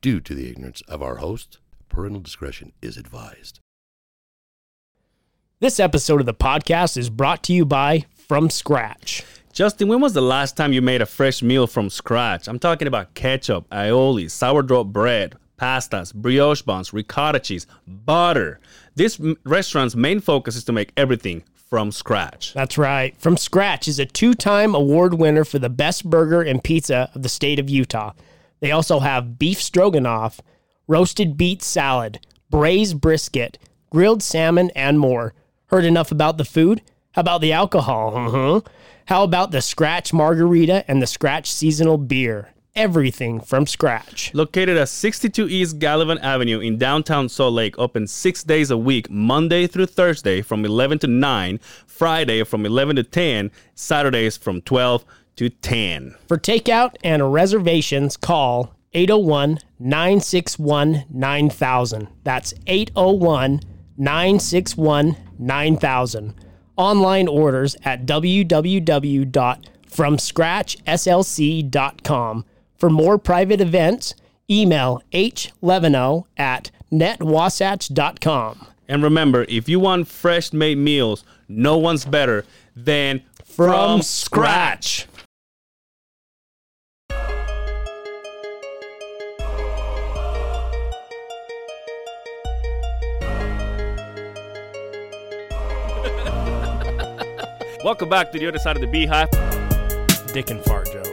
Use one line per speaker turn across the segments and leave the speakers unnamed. due to the ignorance of our host. Parental discretion is advised.
This episode of the podcast is brought to you by From Scratch.
Justin, when was the last time you made a fresh meal from scratch? I'm talking about ketchup, aioli, sourdough bread, pastas, brioche buns, ricotta cheese, butter. This m- restaurant's main focus is to make everything from scratch.
That's right. From Scratch is a two time award winner for the best burger and pizza of the state of Utah. They also have beef stroganoff, roasted beet salad, braised brisket, grilled salmon, and more. Heard enough about the food? How about the alcohol? Uh-huh. How about the Scratch margarita and the Scratch seasonal beer? Everything from scratch.
Located at 62 East Gallivan Avenue in downtown Salt Lake, open six days a week, Monday through Thursday from 11 to 9, Friday from 11 to 10, Saturdays from 12 to 10.
For takeout and reservations, call 801 961 9000. That's 801 961 9000. Online orders at www.fromscratchslc.com. For more private events, email hlevino at netwasatch.com.
And remember, if you want fresh made meals, no one's better than From, Scratch. Welcome back to the other side of the beehive.
Dick and fart joke.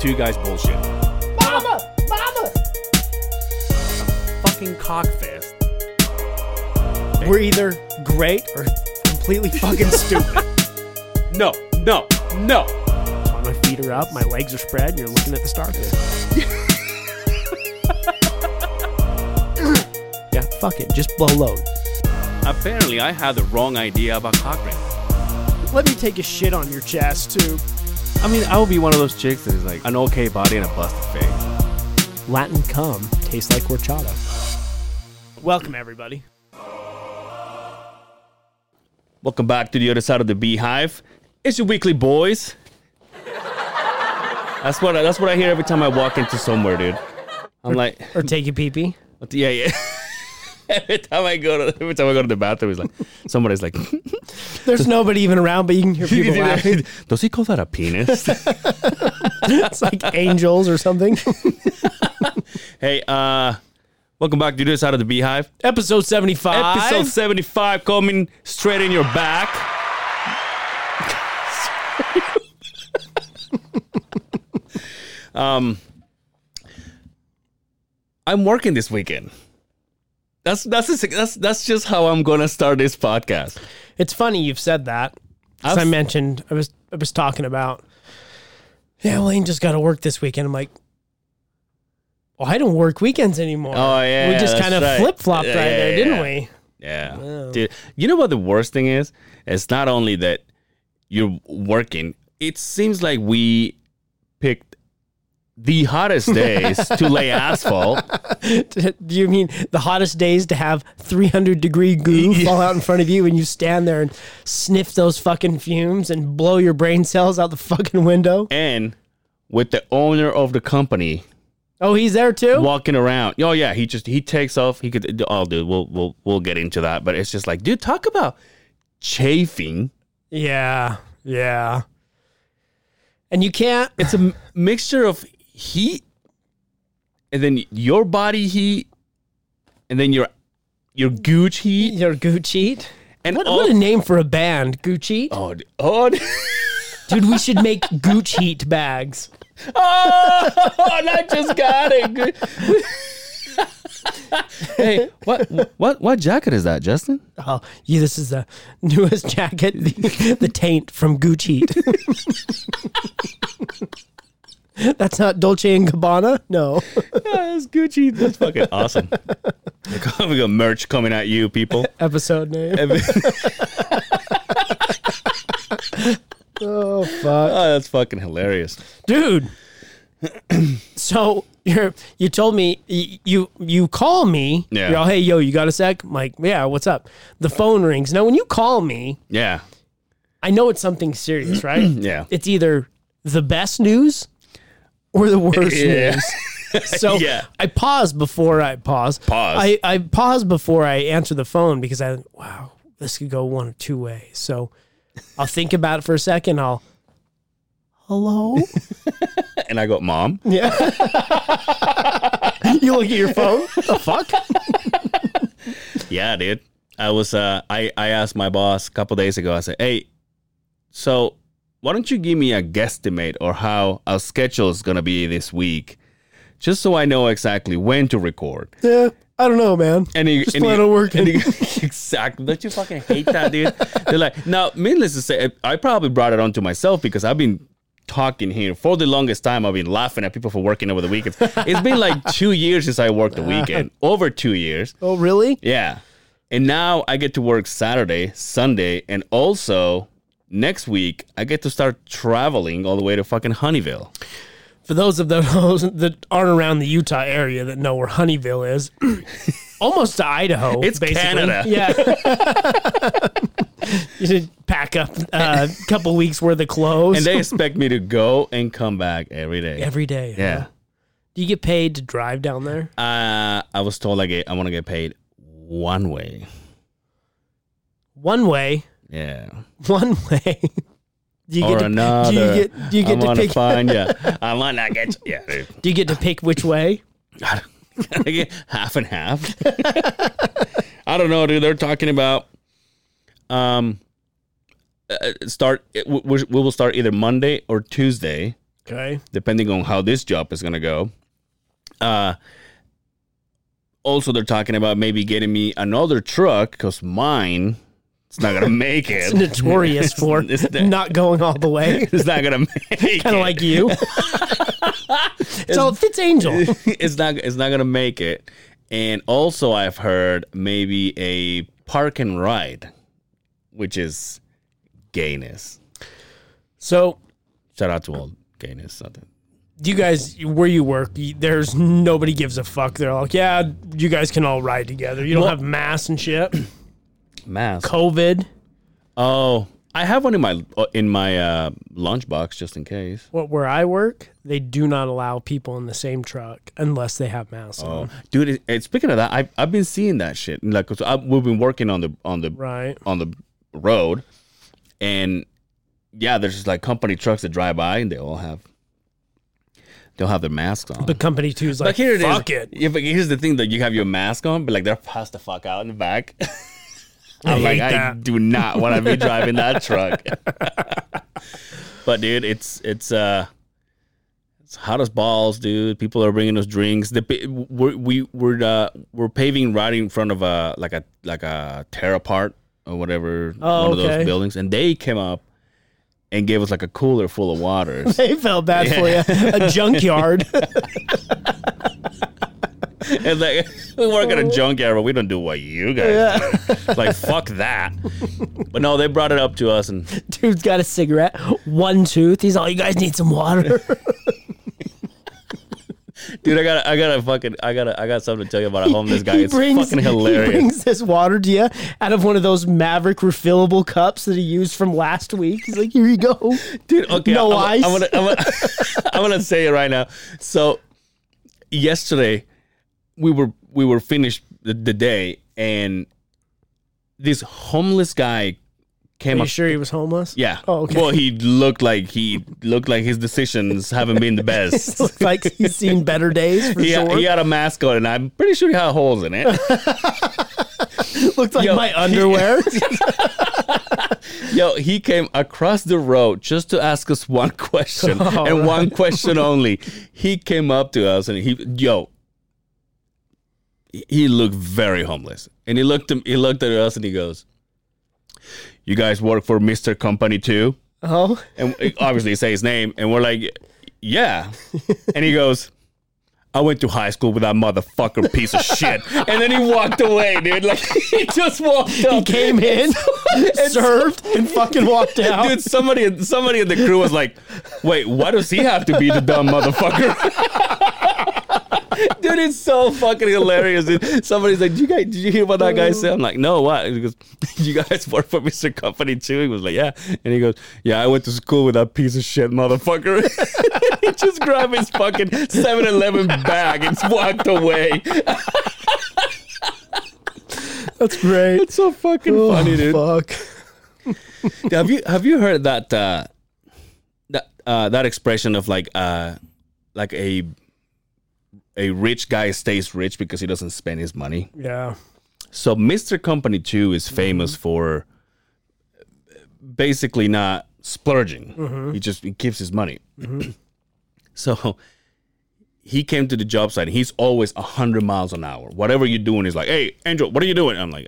Two guys bullshit.
Mama! Mama!
Fucking cockfest.
We're either great or completely fucking stupid.
No, no, no.
My feet are up, my legs are spread, and you're looking at the stars. yeah, fuck it. Just blow load.
Apparently, I had the wrong idea about cock ring.
Let me take a shit on your chest, too.
I mean, I would be one of those chicks that is like an okay body and a busted face.
Latin cum tastes like horchata. Welcome, everybody.
Welcome back to the other side of the beehive. It's your weekly boys. That's what I, that's what I hear every time I walk into somewhere, dude. I'm like,
Or take a pee pee.
yeah, yeah. every time I go to every time I go to the bathroom, it's like somebody's like,
There's nobody even around, but you can hear people laughing.
does he call that a penis?
It's like angels or something.
hey, uh, welcome back to the other side of the beehive.
Episode 75.
Episode 75 coming straight in your back. um, I'm working this weekend. That's that's the- that's that's just how I'm gonna start this podcast.
It's funny you've said that. As
I've-
I mentioned, I was I was talking about, yeah, Lane just got to work this weekend. I'm like, well, I don't work weekends anymore.
Oh, yeah,
we just
that's
kind of
right.
flip flopped
Yeah,
right
yeah,
there,
yeah.
didn't we?
Yeah,
Wow.
dude. You know what the worst thing is? It's not only that you're working. It seems like we picked the hottest days to lay asphalt.
Do you mean the hottest days to have 300 degree goo fall out in front of you and you stand there and sniff those fucking fumes and blow your brain cells out the fucking window?
and with the owner of the company
Oh, he's there too.
walking around. Oh yeah, he just he takes off. He could. Oh dude, we'll we'll we'll get into that. But it's just like, dude, talk about chafing.
yeah, yeah. And you can't.
It's a m- mixture of heat, and then your body heat, and then your your gooch heat,
Your Gucci.
and
What,
all-
what a name for a band, Gucci.
oh d- oh. d-
Dude, we should make Gucci heat bags.
Oh, and I just got it. Good. hey, what what what jacket is that, Justin?
Oh, yeah, this is the newest jacket, the, the taint from Gucci heat. That's not Dolce and Gabbana? No.
Yeah, that's Gucci. That's fucking awesome. we got merch coming at you, people.
Episode name. Oh, fuck.
Oh, that's fucking hilarious.
Dude. so you're, you told me, y- you you call me.
Yeah.
You're all, hey, yo, you got a sec? I'm like, yeah, what's up? The phone rings. Now, when you call me,
Yeah,
I know it's something serious, right?
yeah.
It's either the best news or the worst
Yeah.
news. So
Yeah.
I pause before I pause.
Pause.
I, I pause before I answer the phone because I wow, this could go one of two ways. So I'll think about it for a second. I'll hello.
And I go, Mom,
you look at your phone. the fuck?
yeah, dude. I was, uh, I, I asked my boss a couple days ago, I said, hey, so why don't you give me a guesstimate or how our schedule is going to be this week? Just so I know exactly when to record.
Yeah, I don't know, man.
And he,
Just
and
plan
he-
on working.
and he- exactly. Don't you fucking hate that, dude? They're like, now, needless to say, I probably brought it on to myself because I've been talking here for the longest time. I've been laughing at people for working over the weekends. It's been like two years since I worked the weekend, over two years.
oh, really?
Yeah. And now I get to work Saturday, Sunday, and also next week I get to start traveling all the way to fucking Honeyville.
for those of those that aren't around the Utah area that know where Honeyville is, almost to Idaho.
It's Canada.
Yeah. you should pack up uh, a couple weeks worth of clothes
And they expect me to go and come back every day.
every day. huh?
yeah.
Do you get paid to drive down there?
Uh, I was told I get I want to get paid one way.
One way.
Yeah,
One way. Do you
or
get to,
another.
Do you get, do you
I'm
get to
gonna
pick?
find ya. I'm gonna get you. Yeah, dude.
Do you get to pick which way?
I get half and half. I don't know, dude. They're talking about um uh, start. We, we we will start either Monday or Tuesday.
Okay.
depending on how this job is gonna go. Uh, also, they're talking about maybe getting me another truck because mine it's not gonna make
It's
it.
notorious for
It's the-
not going all the way.
It's not gonna make
Kind
it.
of like you. so it fits Angel.
it's not. It's not gonna make it. And also, I've heard maybe a park and ride, which is gayness.
So
Shout out to all gayness. Something.
you guys where you work you- there's nobody gives a fuck they're like yeah you guys can all ride together you don't have masks and shit
Mask.
covid
Oh, I have one in my in my uh, lunchbox just in case.
what where i work they do not allow people in the same truck unless they have masks on
Oh, dude! it- And speaking of that, I've I've been seeing that shit. And, Like, 'cause I, we've been working on the on the
right
on the road, and yeah, there's just like company trucks that drive by, and they all have they'll have their masks on.
but company two's like
Like, here it is.
fuck it
Yeah, but here's the thing: that you have your mask on, but like they're passed the fuck out in the back. I'm like,
hate
I
that.
do not want to be driving that truck. but dude, it's it's uh, it's hot as balls, dude. People are bringing us drinks. The pa- we're, we we're uh, we're paving right in front of a like a like a tear apart or whatever
Oh,
one of
okay.
those buildings, and they came up and gave us like a cooler full of water.
they felt bad for you a junkyard
It's like we work
Oh.
at a junkyard, but we don't do what you guys do. Like fuck that. But no, they brought it up to us, and
dude's got a cigarette one tooth he's all you guys need some water
dude, I got, to I got to fucking, I got, to I got something to tell you about a homeless guy.
He
It's fucking hilarious.
He brings this water to you out of one of those Maverick refillable cups that he used from last week. He's like, here you go.
dude. Okay,
No
I'm,
ice?
I'm gonna, I'm gonna, I'm gonna say it right now. So yesterday, we were we were finished the, the day, and this homeless guy came
Are you
up.
sure he was homeless?
Yeah.
Oh, okay.
Well, he looked like he looked like his decisions haven't been the best.
Looks like he's seen better days for
he,
sure.
he had a mask on, and I'm pretty sure he had holes in it.
Looks like
Yo,
my underwear.
Yo, he came across the road just to ask us one question and one question only. He came up to us and he, yo, he looked very homeless, and he looked him, he looked at us and he goes, "You guys work for Mister Company too?"
oh,
And obviously, say his name, and we're like, "Yeah," and he goes. I went to high school with that motherfucker piece of shit, and then he walked away, dude. Like he just walked up.
he came in, served, and fucking walked out.
Dude, somebody somebody in the crew was like, "Wait, why does he have to be the dumb motherfucker?" dude, it's so fucking hilarious. Dude. Somebody's like, "You guys, did you hear what that guy said?" I'm like, "No, what?" He goes, "You guys work for Mr. Company too." He was like, "Yeah," and he goes, "Yeah, I went to school with that piece of shit motherfucker." he just grabbed his fucking 7-Eleven bag and walked away.
That's great.
It's so fucking
Oh,
funny, dude.
Fuck.
have you have you heard that uh, that uh, that expression of like uh, like a a rich guy stays rich because he doesn't spend his money?
Yeah.
So Mr. Company 2 is famous for basically not splurging. He just he keeps his money. so he came to the job site. He's always 100 miles an hour. Whatever you're doing, he's like, hey, Angel, what are you doing? I'm like,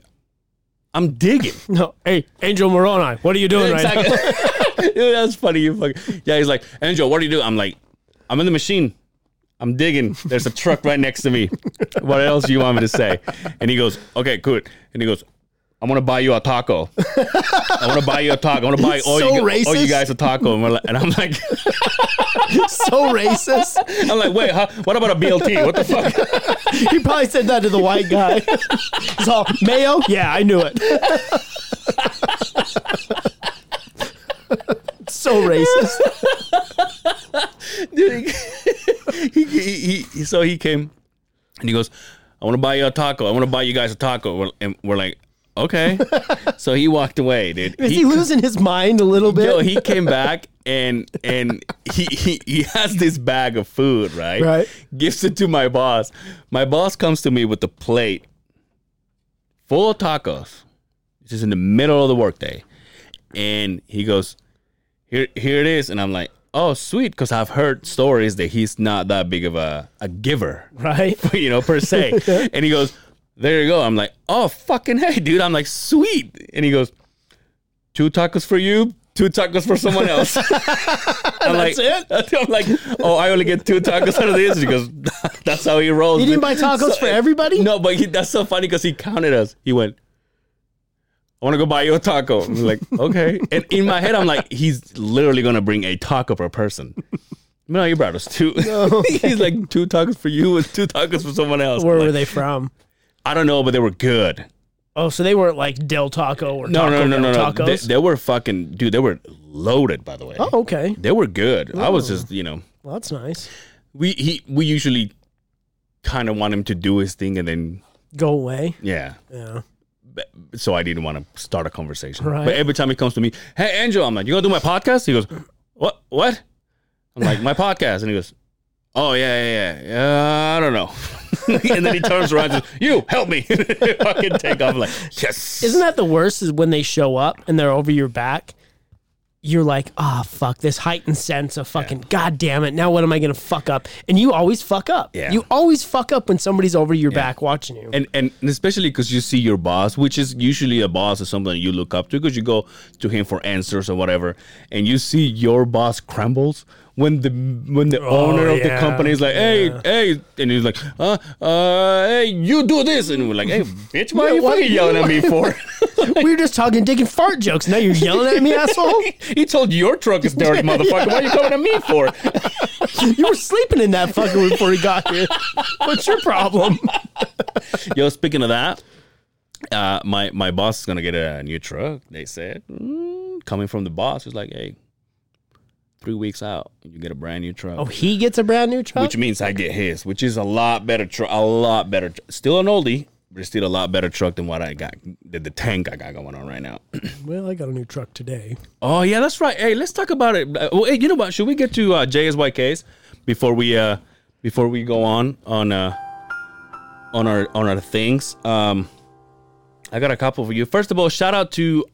I'm digging.
No. Hey, Angel Moroni, what are you doing right now?
Exactly. Dude, that's funny. You fucking yeah. He's like, Angel, what do you do? I'm like, I'm in the machine. I'm digging. There's a truck right next to me. What else do you want me to say? And he goes, Okay, cool. And he goes, I'm gonna buy you a taco. I wanna buy you a taco. I wanna buy all,
So
you, gu- all you
racist.
guys a taco. And, we're like, and I'm like,
so racist.
I'm like, wait, huh? what about a BLT? What the fuck?
He probably said that to the white guy. He's all mayo. Yeah, I knew it. so racist.
Dude, he, he, he, he- so he came and he goes, I want to buy you a taco. I want to buy you guys a taco. We're- and we're like, okay. so he walked away, dude.
Is he, losing his mind a little bit?
yo, he came back and and he, he he has this bag of food, right?
Right.
Gives it to my boss. My boss comes to me with a plate full of tacos. This is in the middle of the workday, and he goes, "Here, here it is," and I'm like. Oh, sweet! Because I've heard stories that he's not that big of a, a giver,
right.
you know, per se. and he goes, There you go. I'm like, Oh, fucking hey, dude. I'm like, Sweet. And he goes, Two tacos for you, two tacos for someone else. I'm
That's
like, I'm like, Oh, I only get two tacos out of this. He goes, That's how he rolls.
He didn't
dude."
buy tacos for everybody?
uh, No, but he, that's so funny because he counted us. He went, I want to go buy you a taco. I'm like, okay. And in my head, I'm like, he's literally going to bring a taco per person. No, he brought us two. he's like, two tacos for you and two tacos for someone else.
Where
I'm
were
like,
they from?
I don't know, but they were good.
Oh, so they weren't like Del Taco or Taco
No, no, no,
Bell
no, no. They,
tacos.
they were fucking, dude, they were loaded, by the way.
oh, okay.
They were good. I was just, you know,
Well, that's nice.
we he we usually kind of want him to do his thing and then,
Go away.
yeah.
Yeah.
so I didn't want to start a conversation.
Right.
But every time he comes to me, hey Angel, I'm like, you gonna do my podcast? He goes, what? What? I'm like, my podcast, and he goes, oh yeah, yeah, yeah. Uh, I don't know. and then he turns around, and says, you help me. Fucking take off. I'm like yes.
Isn't that the worst? Is when they show up and they're over your back. You're like, ah, fuck this heightened sense of fucking, god damn it. Now what am I gonna fuck up? And you always fuck up.
Yeah.
You always fuck up when somebody's over your back watching you.
and and especially because you see your boss, which is usually a boss is something you look up to because you go to him for answers or whatever, and you see your boss crumbles when the when the owner of the
yeah,
company is like, hey, hey, and he's like, uh, uh, hey, you do this, and we're like, hey, bitch, why are you
what-
fucking yelling at me for?
we were just talking dick and fart jokes. Now you're yelling at me, asshole.
he told you your truck is dirty, motherfucker. Why are you coming at me for?
You were sleeping in that fucking room before he got here. What's your problem?
Yo, speaking of that, uh, my my boss is gonna get a new truck. They said Mm, coming from the boss is like, hey, three weeks out, you get a brand new truck,
Oh, he gets a brand new truck?
which means I get his, which is a lot better truck, a lot better, tr- still an oldie, but it's still a lot better truck than what I got, the, the tank I got going on right now.
well, I got a new truck today.
oh yeah, that's right. Hey, let's talk about it. Uh, Well, hey, you know what? Should we get to uh, JSYKs before we uh before we go on on uh on our on our things? Um, I got a couple for you. First of all, shout out to.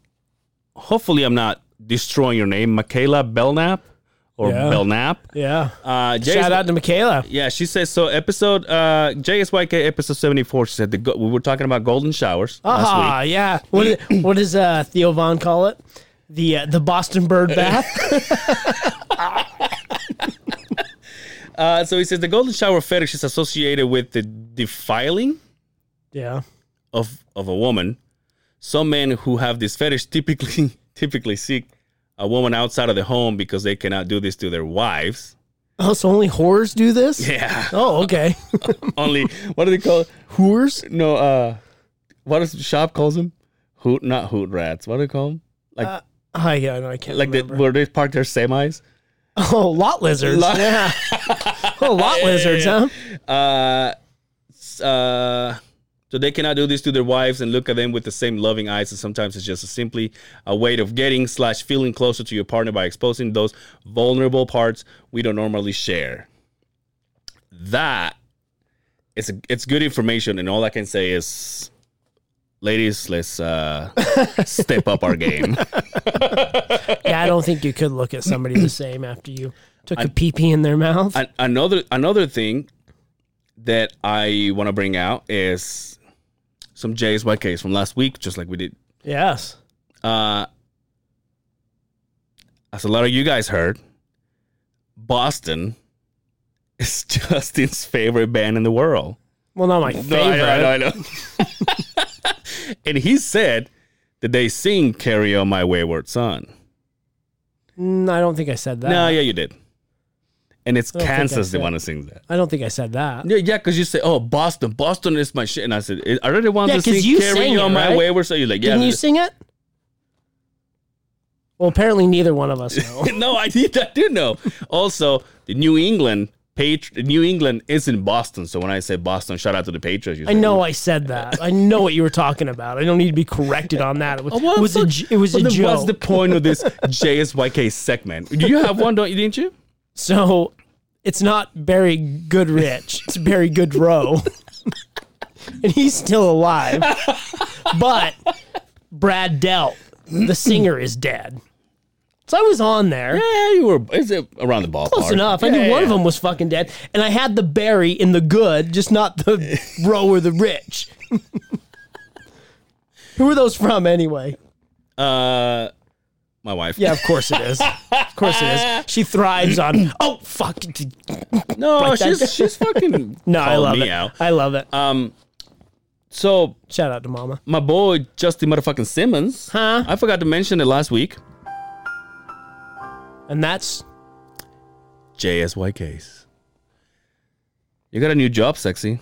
Hopefully, I'm not destroying your name, Michaela Belknap or
Yeah.
Belknap.
Yeah.
Uh,
Shout out to Michaela.
yeah, she says so. Episode uh, JSYK episode seventy four. She said the go- we were talking about golden showers last
Ah, yeah. What, is, what does uh, Theo Vaughn call it? The uh, the Boston bird bath.
week. Uh, so he says the golden shower fetish is associated with the defiling
yeah.
of of a woman. Some men who have this fetish typically typically seek a woman outside of the home because they cannot do this to their wives.
Oh, so only whores do this?
Yeah.
Oh, okay.
Only what do they call? It?
whores?
No. Uh, what does shop calls them? Hoot, not hoot rats. What do they call them? Like,
I, yeah, no, I can't.
like the,
remember.
where they park their semis.
oh, lot lizards.
Lot-
yeah. oh, lot lizards, huh?
Uh, s- uh, so they cannot do this to their wives and look at them with the same loving eyes. And sometimes it's just a simply a way of getting slash feeling closer to your partner by exposing those vulnerable parts we don't normally share. That it's a, it's good information, and all I can say is, ladies, let's uh, step up our game.
Yeah, I don't think you could look at somebody the same after you took a pee pee in their mouth.
An- another another thing that I want to bring out is some JSYKs from last week, just like we did.
yes.
Uh, as a lot of you guys heard, Boston is Justin's favorite band in the world.
Well, not my favorite.
No, I know, I know, I know. and he said that they sing "Carry On My Wayward Son."
Mm, I don't think I said that.
No, yeah, you did. And it's
think I
Kansas that
said-
want to sing that.
I don't think I said that.
Yeah, yeah, because you say, "Oh, Boston, Boston is my shit," and I said, "I really want
Yeah,
to
'cause
sing
you
carry
sang
on
it,
my
right?
way." We're so you like, yeah,
Didn't you sing it? Well, apparently neither one of us know.
no, I did, I do know. also, the New England Patri- New England is in Boston, so when I say Boston, shout out to the Patriots. you
I
say,
know I said that. I know what you were talking about. I don't need to be corrected on that. It was,
"Oh, well,
it was
so-
a, j- it was
well,
a
then
joke.
What's the point of this JSYK segment? Do you have one? Don't you? Didn't you?
So it's not Barry Goodrich. It's Barry Goodrow. and he's still alive. But Brad Delt, the singer, is dead. So I was on there.
Yeah, you were. It's uh, around the ballpark.
Close enough. I knew
Yeah,
one of
yeah.
them was fucking dead. And I had the Barry in the good, just not the row or the rich. Who are those from anyway?
Uh, my wife.
Yeah, of course it is. Of course it is. She thrives on, oh, fuck.
No,
that.
she's she's fucking.
No, I
called
love
me
it.
out.
I love it.
Um, so
Shout out to mama.
my boy Justin motherfucking Simmons.
Huh?
I forgot to mention it last week.
And that's
JSYKs. You got a new job, sexy.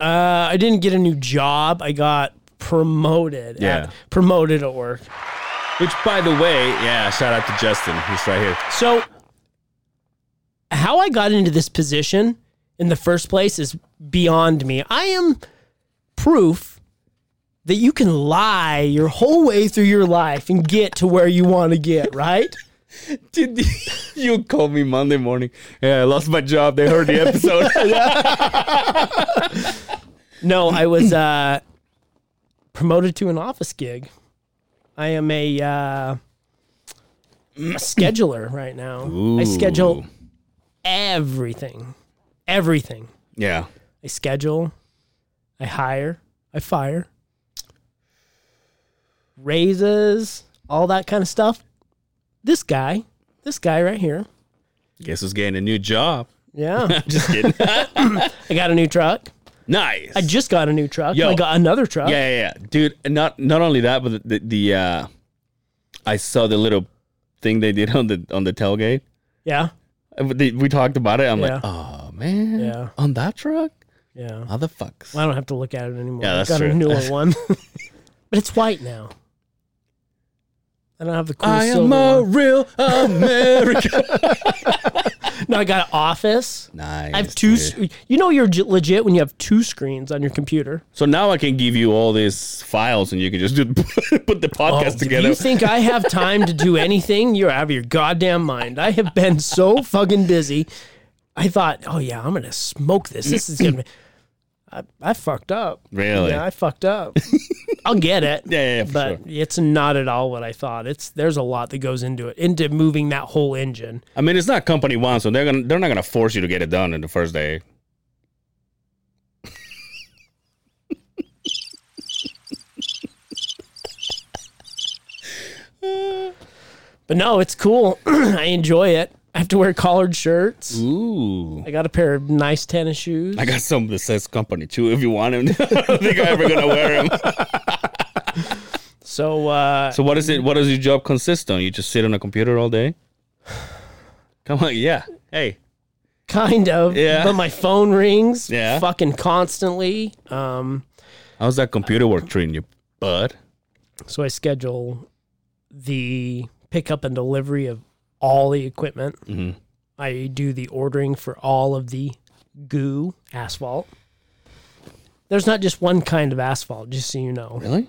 uh, I didn't get a new job. I got promoted.
Yeah.
at- promoted at work.
Which, by the way, yeah, shout out to Justin. He's right here.
So how I got into this position in the first place is beyond me. I am proof that you can lie your whole way through your life and get to where you want to get, right?
Did you call me Monday morning? Yeah, I lost my job. They heard the episode.
No, I was uh, promoted to an office gig. I am a, uh, a scheduler right now. I schedule everything, everything.
Yeah.
I schedule, I hire, I fire, raises, all that kind of stuff. This guy, this guy right here,
Guess who's getting a new job?
yeah,
Just kidding.
I got a new truck.
nice.
I just got a new truck.
Yo.
I got another truck.
yeah, yeah, yeah, dude. and Not not only that, but the the uh, I saw the little thing they did on the on the tailgate.
yeah,
Uh, they- We talked about it. I'm
Yeah.
like, oh man,
Yeah.
on that truck,
yeah.
motherfucks.
Well, I don't have to look at it anymore.
Yeah,
I
that's
got a
true.
newer one. but it's white now. I don't have the cool
I am
silver
a
one.
real American.
No, I got an office.
nice.
I have two. sc- You know, you're j- legit when you have two screens on your computer.
So now I can give you all these files, and you can just do, put the podcast
if
together.
Oh, you think I have time to do anything, you're out of your goddamn mind. I have been so fucking busy. I thought, oh yeah, I'm gonna smoke this. This is gonna. Be- I, I fucked up.
Really?
Yeah, I fucked up. I'll get it.
Yeah, yeah, yeah, for
but
sure.
it's not at all what I thought. It's there's a lot that goes into it, into moving that whole engine.
I mean, it's not company one, so they're gonna they're not gonna force you to get it done in the first day.
But no, it's cool. I enjoy it. I have to wear collared shirts.
Ooh.
I got a pair of nice tennis shoes.
I got some that says company two if you want them. I don't think I'm ever gonna wear them.
So uh,
So what is it? What does your job consist on? You just sit on a computer all day? Come on, yeah. Hey,
Kind of.
Yeah.
But my phone rings
Yeah.
fucking constantly. Um,
How's that computer work treating you, bud?
so I schedule the pickup and delivery of all the equipment.
Mm-hmm.
I do the ordering for all of the goo asphalt. There's not just one kind of asphalt, just so you know.
Really?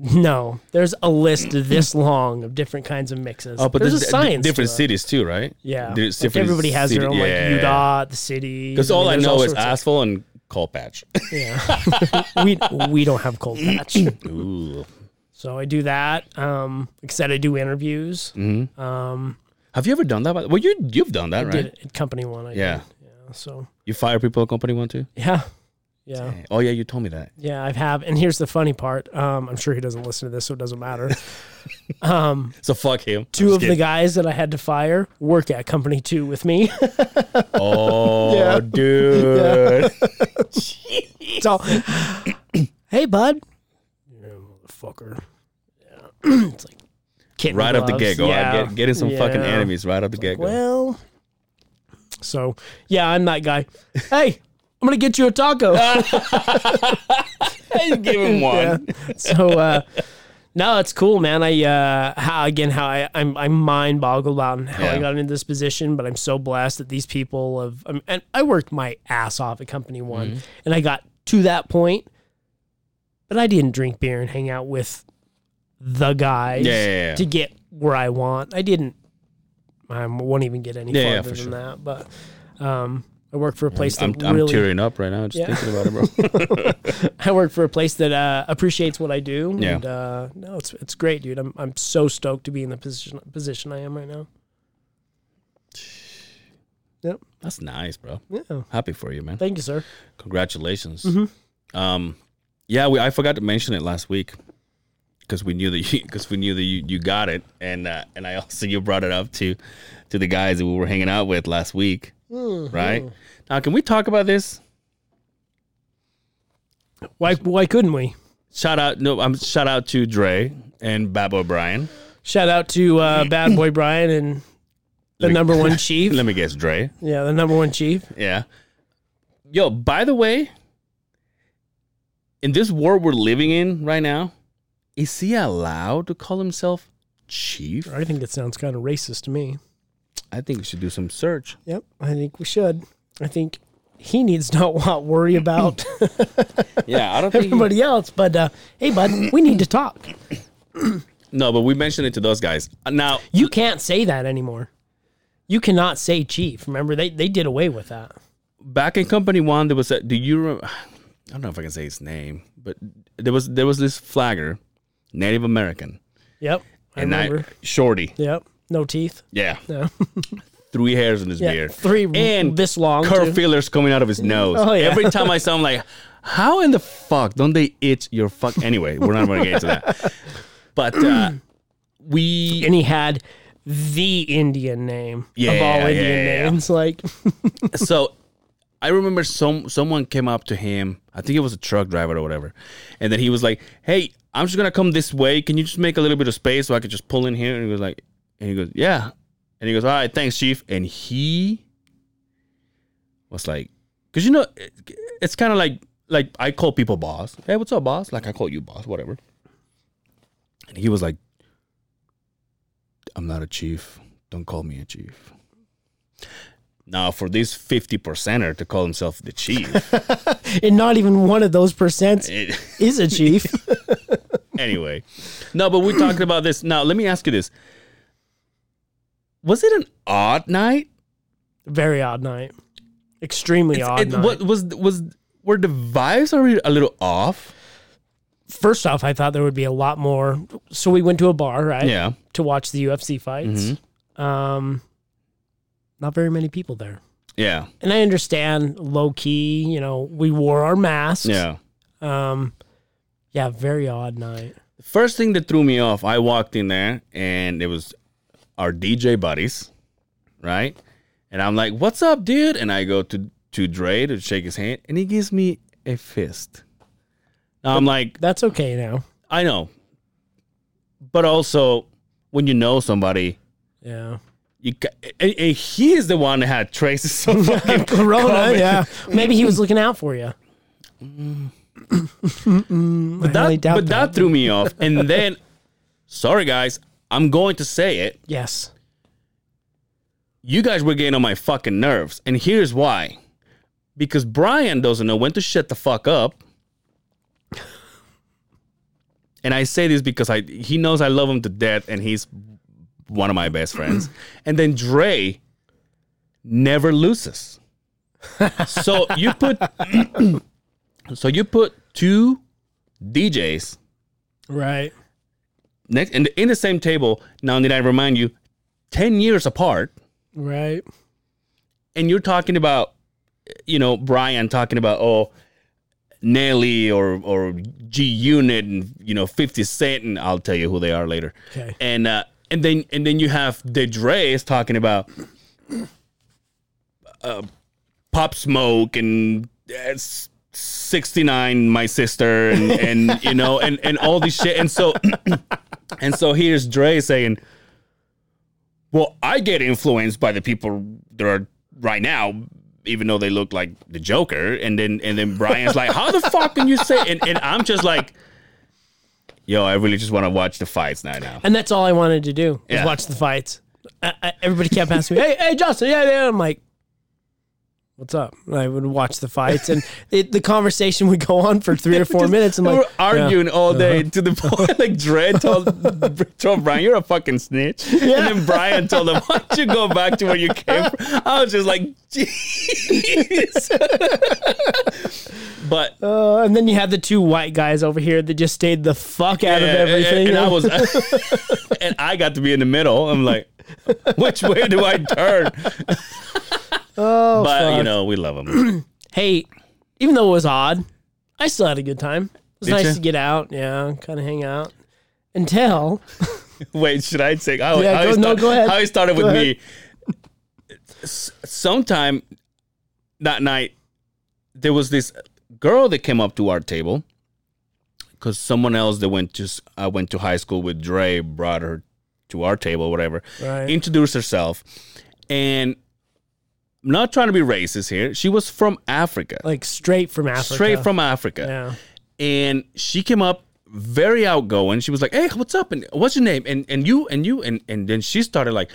No, there's a list this long of different kinds of mixes.
Oh, but
there's
there's
a science. to
different
it.
cities too, right?
Yeah,
There's
like
different
everybody has their
city-
own
yeah.
like UDOT, the city.
Because
I mean,
all I
there's
know is
sorts of-
asphalt and coal patch.
we we don't have cold patch,
Ooh.
so I do that. Um, except I do interviews.
Have you ever done that? by- Well, you you've done that, right?
Did at company one, I
Yeah.
did. yeah. So
You fire people at company one too.
yeah, yeah,
Oh yeah, you told me that.
yeah. I have, and here's the funny part. Um, I'm sure he doesn't listen to this, so it doesn't matter.
So fuck him.
Two of the guys that I had to fire work at company two with me.
Oh,
Yeah.
dude.
It's all, hey, bud. Yeah, motherfucker. Yeah. it's like kitten
Right off the
gloves.
get go.
Yeah.
Get, getting some fucking
Yeah.
enemies right off the get go.
Well, so yeah, I'm that guy. Hey, I'm gonna get you a taco.
give him one.
Yeah. So uh, no, it's cool, man. I uh, how again how I I'm, I'm mind boggled about how I
Yeah.
got into this position, but I'm so blessed that these people have. Um, and I worked my ass off at Company One,
Mm-hmm.
and I got to that point, but I didn't drink beer and hang out with the guys
Yeah, yeah, yeah.
to get where I want. I didn't. I won't even get any
Yeah, yeah,
farther
for
than
sure.
that, but um, I work for a place
I'm,
that
I'm
really
tearing up right now just
Yeah.
thinking about it, bro.
I work for a place that uh, appreciates what I do.
Yeah.
And, uh, no, it's it's great, dude. I'm I'm so stoked to be in the position position I am right now. Yep.
That's nice, bro.
Yeah.
Happy for you, man.
Thank you, sir.
Congratulations. Um, yeah, we, I forgot to mention it last week because we knew that because we knew that you, you got it, and uh, and I also you brought it up to to the guys that we were hanging out with last week, right? Now, can we talk about this?
Why why couldn't we?
Shout out, no, I'm shout out to Dre and Bab O'Brien.
Shout out to uh, Bad Boy Brian and the
Let me-
number one chief.
Let me guess, Dre.
Yeah, the number one chief.
Yeah. Yo, by the way, in this world we're living in right now, is he allowed to call himself chief?
I think that sounds kind of racist to me.
I think we should do some search.
Yep, I think we should. I think he needs not want worry about
Yeah, I don't think
everybody else. But uh, hey, bud, we need to talk.
No, but we mentioned it to those guys. Uh, Now,
You can't say that anymore. You cannot say chief. Remember, they, they did away with that.
back in Company One, there was a. Do you? Re- I don't know if I can say his name, but there was there was this flagger, Native American,
Yep. I
and I,
remember.
Shorty.
yep. No teeth.
Yeah,
No.
three hairs in his
Yeah.
beard.
Three
And
and this long.
curl
too.
feelers coming out of his nose.
Oh, yeah.
Every time I saw him, like, how in the fuck don't they itch your fuck? Anyway, we're not going to get into that. But uh, we,
And he had the Indian name
Yeah,
of all
yeah,
Indian
yeah, yeah.
names. Like,
so I remember some someone came up to him. I think it was a truck driver or whatever, and then he was like, "Hey, I'm just gonna come this way. Can you just make a little bit of space so I could just pull in here?" And he was like, and he goes, "Yeah," and he goes, "All right, thanks, chief." And he was like, because you know, it, it's kind of like like I call people boss. Hey, what's up, boss? Like I call you boss, whatever. And he was like, "I'm not a chief. Don't call me a chief." Now, for this fifty percenter to call himself the chief,
and not even one of those percents
it-
is a chief.
anyway. No, but we talked about this. Now, let me ask you this: Was it an odd night?
Very odd night. Extremely odd
It-
night.
What was was were the vibes already a little off?
First off, I thought there would be a lot more. So we went to a bar, right?
Yeah.
To watch the UFC fights.
Mm-hmm.
Um, not very many people there.
Yeah.
and I understand low key, you know, we wore our masks.
Yeah.
Um yeah, very odd night.
First thing that threw me off, I walked in there and it was our DJ buddies, right? And I'm like, "What's up, dude?" And I go to to Dre to shake his hand, and he gives me a fist. Now I'm like,
That's okay now.
I know. But also, when you know somebody,
Yeah.
You ca- and, and he is the one that had traces of fucking
Corona,
COVID.
yeah. Maybe he was looking out for you.
Mm. But
highly
that,
doubt
but that threw me off. And then, sorry guys, I'm going to say it.
Yes.
you guys were getting on my fucking nerves. And here's why. Because Brian doesn't know when to shut the fuck up. And I say this because I he knows I love him to death and he's one of my best friends. and then Dre never loses. so you put so you put two DJs
Right.
next in the, in the same table. Now did I remind you 10 years apart.
Right.
and you're talking about you know Brian talking about oh Nelly or or G Unit and you know 50 Cent and I'll tell you who they are later.
Okay.
And uh and then and then you have the Dre is talking about uh Pop Smoke and uh, s- 69 my sister and and you know and and all this shit and so and so here's Dre saying well, I get influenced by the people that are right now, even though they look like the Joker. And then and then Brian's like, How the fuck can you say and, and I'm just like Yo, I really just want to watch the fights now now.
And that's all I wanted to do was
Yeah.
watch the fights. I, I, everybody kept asking me, "Hey, hey, Justin, yeah, yeah." I'm like, "What's up?" And I would watch the fights, and it, the conversation would go on for three or four minutes. I'm
We
like, Uh-huh.
were arguing all day to the point like Dre told, told Brian, "You're a fucking snitch," and then Brian told him, "Why don't you go back to where you came from?" I was just like, "Jeez," but
Uh, and then you had the two white guys over here that just stayed the fuck out of
Yeah, and-
everything.
And, I was, and I got to be in the middle. I'm like, which way do I turn? Oh, but you
fuck.
know, we love them.
hey, even though it was odd, I still had a good time. It was
Did
nice
ya?
to get out, yeah, kind of hang out until
Wait, should I say? How,
Yeah,
how
go-
he
no,
start-
go ahead.
How he started
Go
with me. S- sometime that night, there was this girl that came up to our table because someone else that went to s- uh, went to high school with Dre brought her to our table, whatever.
Right.
Introduced herself, and I'm not trying to be racist here. She was from Africa,
like straight from Africa,
straight from Africa
yeah,
and she came up very outgoing. She was like, "Hey, what's up? And what's your name?" And and you and you and and then she started like,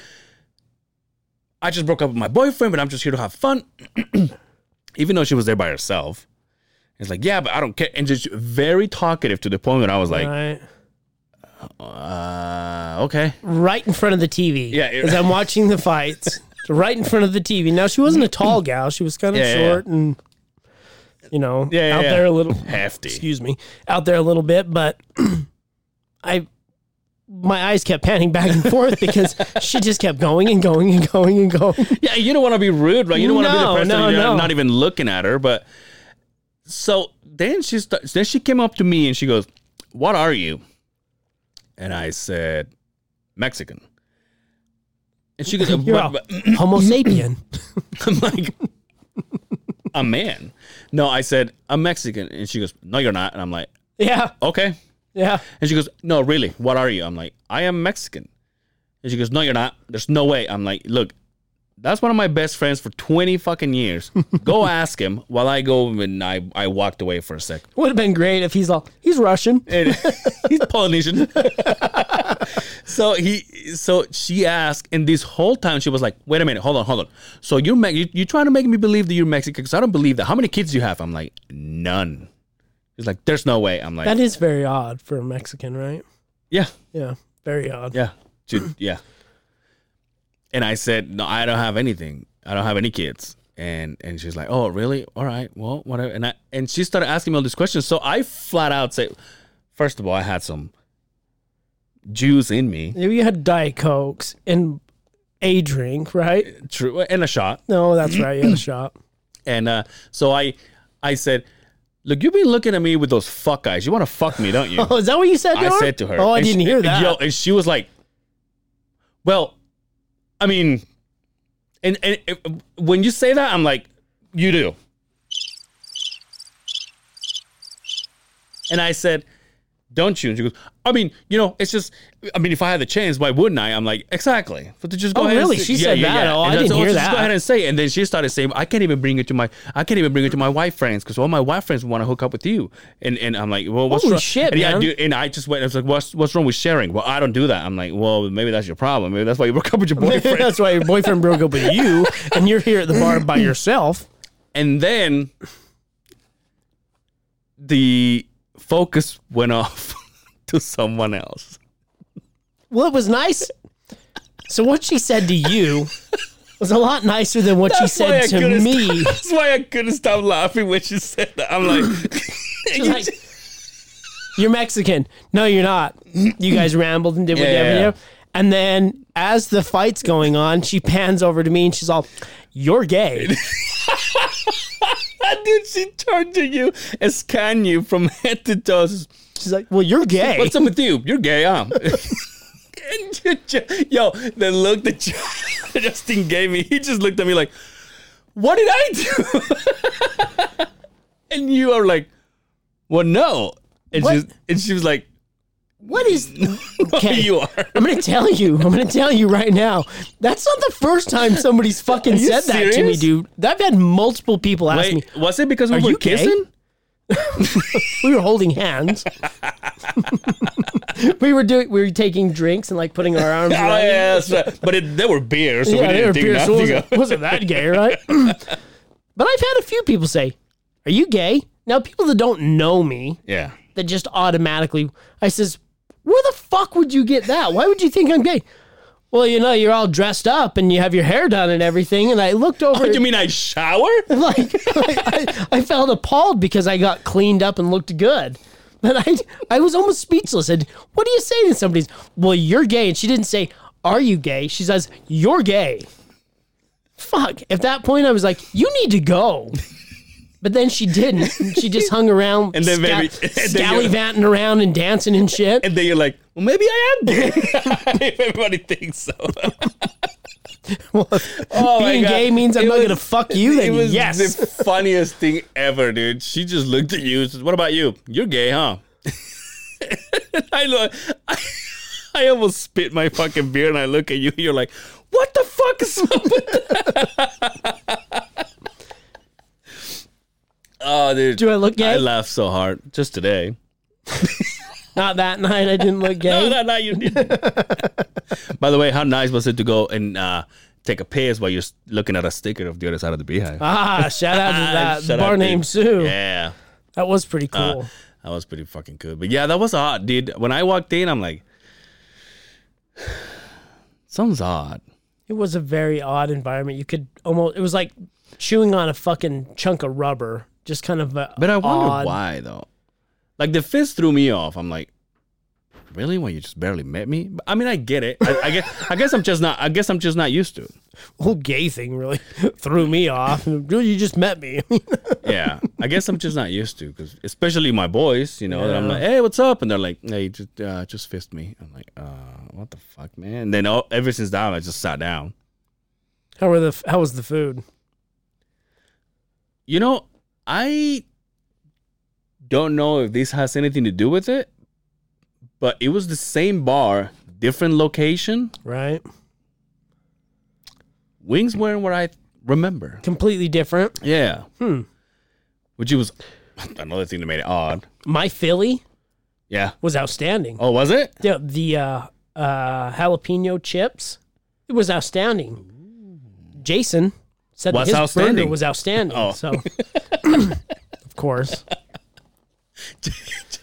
"I just broke up with my boyfriend, but I'm just here to have fun." Even though she was there by herself, it's like, "Yeah, but I don't care." And just very talkative to the point that I was like,
right,
uh, "Okay."
right in front of the TV.
Yeah, it-
as I'm watching the fights, right in front of the TV. Now she wasn't a tall gal; she was kind of
Yeah, yeah,
short and you know
Yeah, yeah,
out
yeah.
there a little.
Hefty.
excuse me, out there a little bit, but I my eyes kept panning back and forth because she just kept going and going and going and going.
Yeah, you don't want to be rude, right? You don't want to be
No,
the person
no,
you're
no.
not even looking at her. But so then she starts. Then she came up to me and she goes, "What are you?" And I said, "Mexican." And she goes,
You're
"But-
a
but-
Homo sapien.
I'm like, "A man?" No, I said, "I'm Mexican." And she goes, "No, you're not." And I'm like,
Yeah,
"Okay."
yeah.
And she goes, No, really, what are you? I'm like, I am Mexican. And she goes, No, you're not. There's no way. I'm like, Look, that's one of my best friends for 20 fucking years. go ask him while I go and I, I walked away for a sec.
Would have been great if he's all he's Russian.
And he's Polynesian. so he so she asked, and this whole time she was like, Wait a minute, hold on, hold on. So you're me- you, you're trying to make me believe that you're Mexican because I don't believe that. How many kids do you have? I'm like, None. He's like, There's no way. I'm like,
That is very odd for a Mexican, right?
Yeah.
Yeah, very odd.
Yeah. Ju- yeah. And I said, No, I don't have anything. I don't have any kids. And and she's like, Oh, really? All right. Well, whatever. And I and she started asking me all these questions. So I flat out said, first of all, I had some Jews in me.
You had Diet Cokes and a drink, right?
True and a shot.
No, that's right. You had a shot.
And uh, so I I said, Look, you've been looking at me with those fuck eyes. You wanna fuck me, don't you?
Oh, is that what you said?
I
Norm?
said to her.
Oh, I
and
didn't
she-
hear
and
that.
Yo, and she was like, "Well, I mean," and and uh, when you say that, I'm like, "You do." And I said, don't you? And she goes, I mean, you know, it's just, I mean, if I had the chance, why wouldn't I? I'm like, exactly. But to just go
Oh,
ahead.
really?
And,
She said that? Oh, I
And
didn't
said,
hear
just
that.
Go ahead and say. it. And then she started saying, I can't even bring it to my, I can't even bring it to my white friends because all my white friends want to hook up with you. And and I'm like, well, what's
Holy
wrong?
shit,
and
man.
Yeah, dude, and I just went. I was like, what's what's wrong with sharing? Well, I don't do that. I'm like, well, maybe that's your problem. Maybe that's why you broke up with your boyfriend.
That's why your boyfriend broke up with you, and you're here at the bar by yourself.
and then the focus went off to someone else.
Well, it was nice. So what she said to you was a lot nicer than what she
why I
said to
couldn't
me.
stop- that's why I couldn't stop laughing when she said that. I'm like,
She's like, you're Mexican. No, you're not. You guys rambled and did whatever.
yeah, yeah.
you know? And then as the fight's going on, she pans over to me and she's all, "You're gay."
did she turn to you and scan you from head to toe? Says,
She's like, "Well, you're gay."
What's up with you? You're gay, huh? and you ju- yo, the look that Ju- Justin gave me, he just looked at me like, what did I do? and you are like, well, no. And,
What?
She, and she was like,
what is?
okay.
Okay.
you are.
I'm gonna tell you. I'm gonna tell you right now. That's not the first time somebody's fucking
you
said that to me,
serious?
dude. I've had multiple people ask me.
Wait, was it because we
Are
were
you gay?
kissing?
We were holding hands. we were doing. We were taking drinks and like putting our arms.
Oh,
around each
yeah, that's right. But it, they were beer, so
yeah,
we
they were
didn't think
pierced.
nothing of
Wasn't, wasn't that gay, right? but I've had a few people say, "Are you gay?" Now, people that don't know me,
Yeah.
that just automatically, I says, "Where the fuck would you get that? Why would you think I'm gay?" Well, you know, you're all dressed up and you have your hair done and everything. And I looked over,
You mean I shower?
like, like, I, I felt appalled because I got cleaned up and looked good. But I, I was almost speechless. And what do you say to somebody's? Well, you're gay, and she didn't say, "Are you gay?" She says, "You're gay." Fuck. At that point, I was like, "You need to go." But then she didn't. And she just hung around,
And then maybe- and then you're-
scallyvanting around and dancing and shit.
And then you're like, well, maybe I am gay. if everybody thinks so. oh my
Being
God.
gay means I'm
It
not
was-
gonna fuck you.
It
Then
was
yes,
the funniest thing ever, dude. She just looked at you and says, What about you? You're gay, huh? I, lo- I I almost spit my fucking beer and I look at you and you're like, What the fuck is up with that?" Oh, dude.
Do I look gay?
I laughed so hard just today.
not that night. I didn't look gay.
No, no, no, you didn't. By the way, how nice was it to go and uh, take a piss while you're s- looking at a sticker of the other side of the beehive?
Ah, shout out
Ah,
to that
shout
bar
out, dude.
named Sue.
Yeah.
That was pretty
Uh.
cool.
That was pretty fucking good. But yeah, that was odd, dude. When I walked in, I'm like, something's odd.
it was a very odd environment. You could almost it was like chewing on a fucking chunk of rubber. Just kind of a
But I wonder
odd-
why, though. Like, the fist threw me off. I'm like, really? When you just barely met me? But, I mean, I get it. I, I, guess, I guess I'm just not, I guess I'm just not used to it.
whole gay thing really threw me off. Dude, you just met me.
yeah, I guess I'm just not used to because, especially my boys, you know, that I'm like, hey, what's up? And they're like, hey, just uh, just fist me. I'm like, uh, what the fuck, man? And then all, ever since then, I just sat down.
how were the how was the food?
You know, I don't know if this has anything to do with it, but it was the same bar, different location.
Right?
Wings weren't what I remember.
Completely different.
Yeah. Hmm. Which it was another thing that made it odd.
My Philly
Yeah.
was outstanding.
Oh, was it?
The, the uh, uh, jalapeno chips, it was outstanding. Jason said
Was
that his burger
outstanding.
was outstanding.
Oh.
So, of course,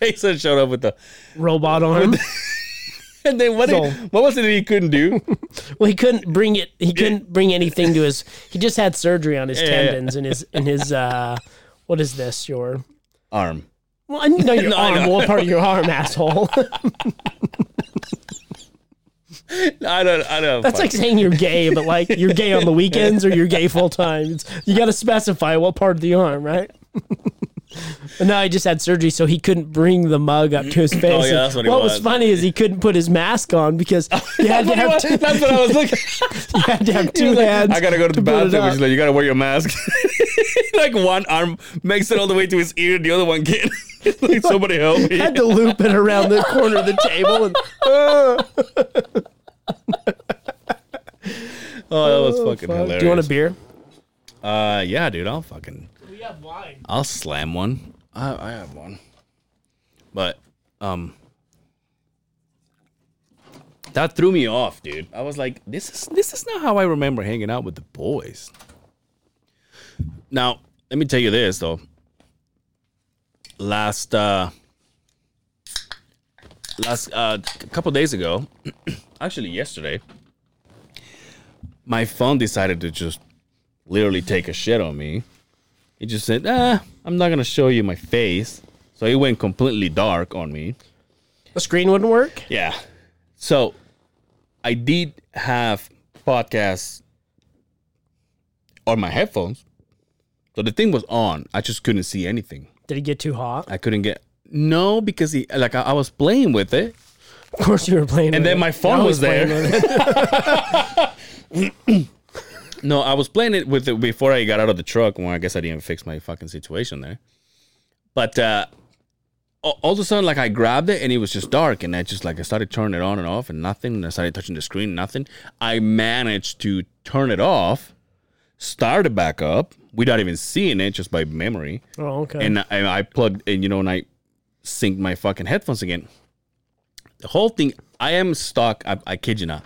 Jason showed up with the
robot arm.
And then what?
So-
did- what was it that he couldn't do?
Well, he couldn't bring it. He couldn't bring anything to his. He just had surgery on his
Yeah, yeah.
tendons and his and his. uh What is this? Your
Arm.
well, I know your
No, I
arm.
know.
What part of your arm, asshole?
I don't. I don't.
That's like saying you're gay, but like you're gay on the weekends or you're gay full time. It's, you got to specify what part of the arm, right? But no, he just had surgery, so he couldn't bring the mug up to his face.
Oh, yeah, that's what he
was
was.
funny is he couldn't put his mask on because you had to have
That's
two,
what, that's what I was looking.
you had to have
He
two
was like,
hands.
I gotta go to the
put it
bathroom.
up.
Which is like, you gotta wear your mask. like one arm makes it all the way to his ear, the other one can't. Like, Somebody help me.
had to loop it around the corner of the table and
Oh, that was fucking hilarious.
do you want a beer?
Uh, yeah, dude. I'll fucking.
We have wine.
I'll slam one. I, I have one. But um that threw me off, dude. I was like, this is this is not how I remember hanging out with the boys. Now, let me tell you this though. Last uh last uh c- couple days ago, actually yesterday, my phone decided to just literally take a shit on me. It just said, ah, I'm not gonna show you my face. So it went completely dark on me.
The screen wouldn't work.
Yeah. So I did have podcasts on my headphones. So the thing was on. I just couldn't see anything.
Did it get too hot?
I couldn't get no because he like I, I was playing with it
Of course you were playing.
and
with
then
it.
my phone
I
was
playing
there.
with it.
No, I was playing it with it before I got out of the truck. Well, I guess I didn't fix my fucking situation there. But uh, all, all of a sudden, like I grabbed it and it was just dark, and I just like I started turning it on and off and nothing. And I started touching the screen, nothing. I managed to turn it off, start it back up without even seeing it, just by memory.
oh, okay.
And, and I plugged and you know, and I synced my fucking headphones again. The whole thing, I am stuck. I, I kid you not.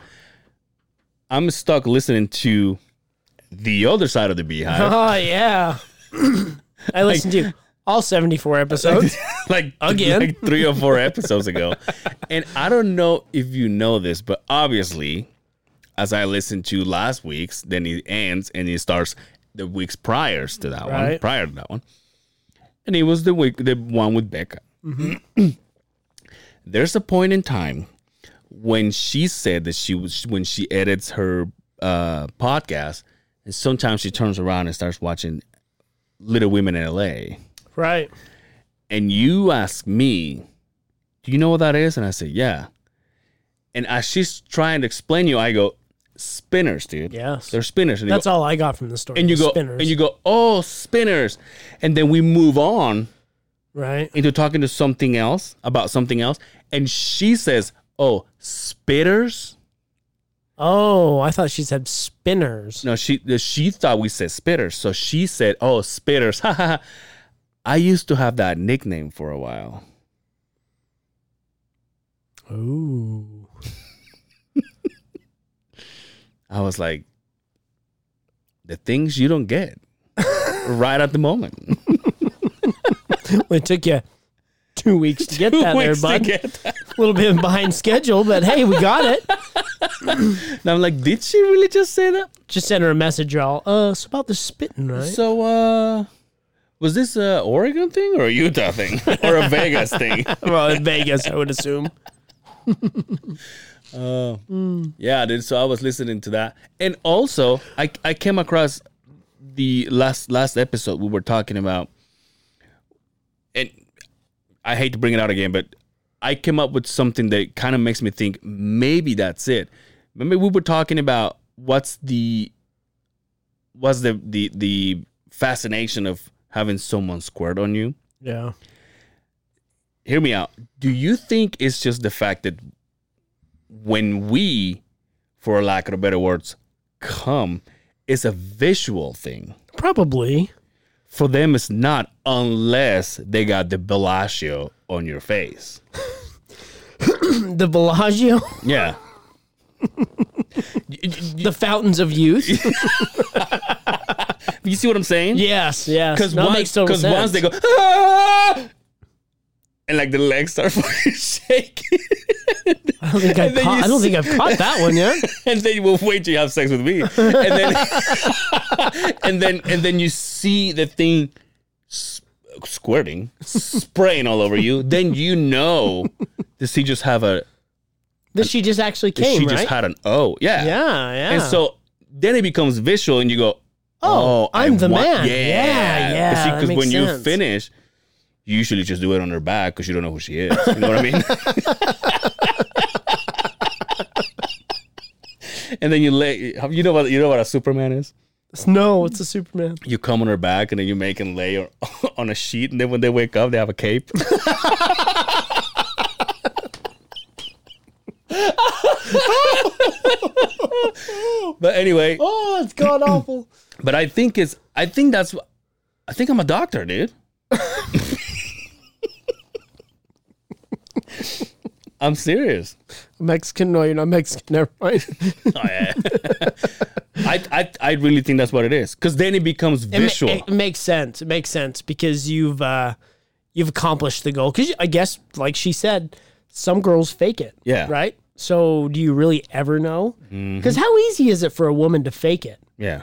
I'm stuck listening to the other side of the beehive.
oh yeah. I listened to all 74 episodes.
like
Again.
like three or four episodes ago. And I don't know if you know this, but obviously, as I listened to last week's, then it ends and it starts the weeks prior to that one,
Right.
prior to that one, and it was the week the one with Becca.
Mm-hmm.
There's a point in time when she said that she was when she edits her uh, podcast, and sometimes she turns around and starts watching Little Women in L.A
right.
and you ask me, "Do you know what that is?" And I say, "Yeah." And as she's trying to explain you, I go, "Spinners, dude.
Yes.
they're spinners." And you
That's
go,
all I got from the story.
and you
was
go,
spinners,
and you go, "Oh, spinners," and then we move on
right?
into talking to something else about something else, and she says, "Oh, spitters."
Oh, I thought she said spinners.
No, she she thought we said spitters, so she said, "Oh, spitters." I used to have that nickname for a while.
Ooh.
I was like, the things you don't get right at the moment.
Well, it took you two weeks to get that there,
Weeks to
bud.
get that.
A little bit behind schedule, but hey, we got it.
And I'm like, did she really just say that?
Just send her a message, y'all. Uh, it's about the spitting, right?
So, uh, was this a Oregon thing or a Utah thing or a Vegas thing?
well, in Vegas, I would assume.
Yeah, dude. So I was listening to that, and also I I came across the last last episode we were talking about, and I hate to bring it out again, but I came up with something that kind of makes me think maybe that's it. Remember we were talking about what's the what's the the the fascination of having someone squirt on you.
Yeah.
Hear me out. Do you think it's just the fact that when we, for lack of better words, come, it's a visual thing.
Probably.
For them, it's not unless they got the Bellagio on your face.
The Bellagio,
Yeah.
the fountains of youth.
You see what I'm saying?
yes, yes.
Because
No, it
once,
makes total
'cause
sense.
once they go, "Ah!" and like the legs start fucking shaking,
I don't think, I've
then
caught,
you
I don't
see-
think I've caught that one yet.
and then you will wait till you have sex with me, and then and then and then you see the thing s- squirting, spraying all over you. Then you know, does he just have a?
That she just actually came,
she
right?
just had an O, yeah,
yeah, yeah.
And so then it becomes visual, and you go,
Oh,
"Oh, I
I'm the
want-
man. Yeah, yeah, that
Because
makes
when you
sense.
finish, you usually just do it on her back because you don't know who she is. You know what I mean? and then you lay. You know what? You know what a Superman is?
No, it's a Superman.
You come on her back and then you make and lay her on a sheet, and then when they wake up, they have a cape. but anyway,
Oh, it's god awful.
but I think it's I think that's wh- I think I'm a doctor, dude. I'm serious.
Mexican? No, you're not Mexican. Never mind.
I, I I really think that's what it is. Because then it becomes
It ma-
visual.
It, makes sense. It makes sense because you've uh, you've accomplished the goal. Because I guess, like she said, some girls fake it.
Yeah. Mm-hmm.
Right. So, do you really ever know? Because how easy is it for a woman to fake it?
yeah.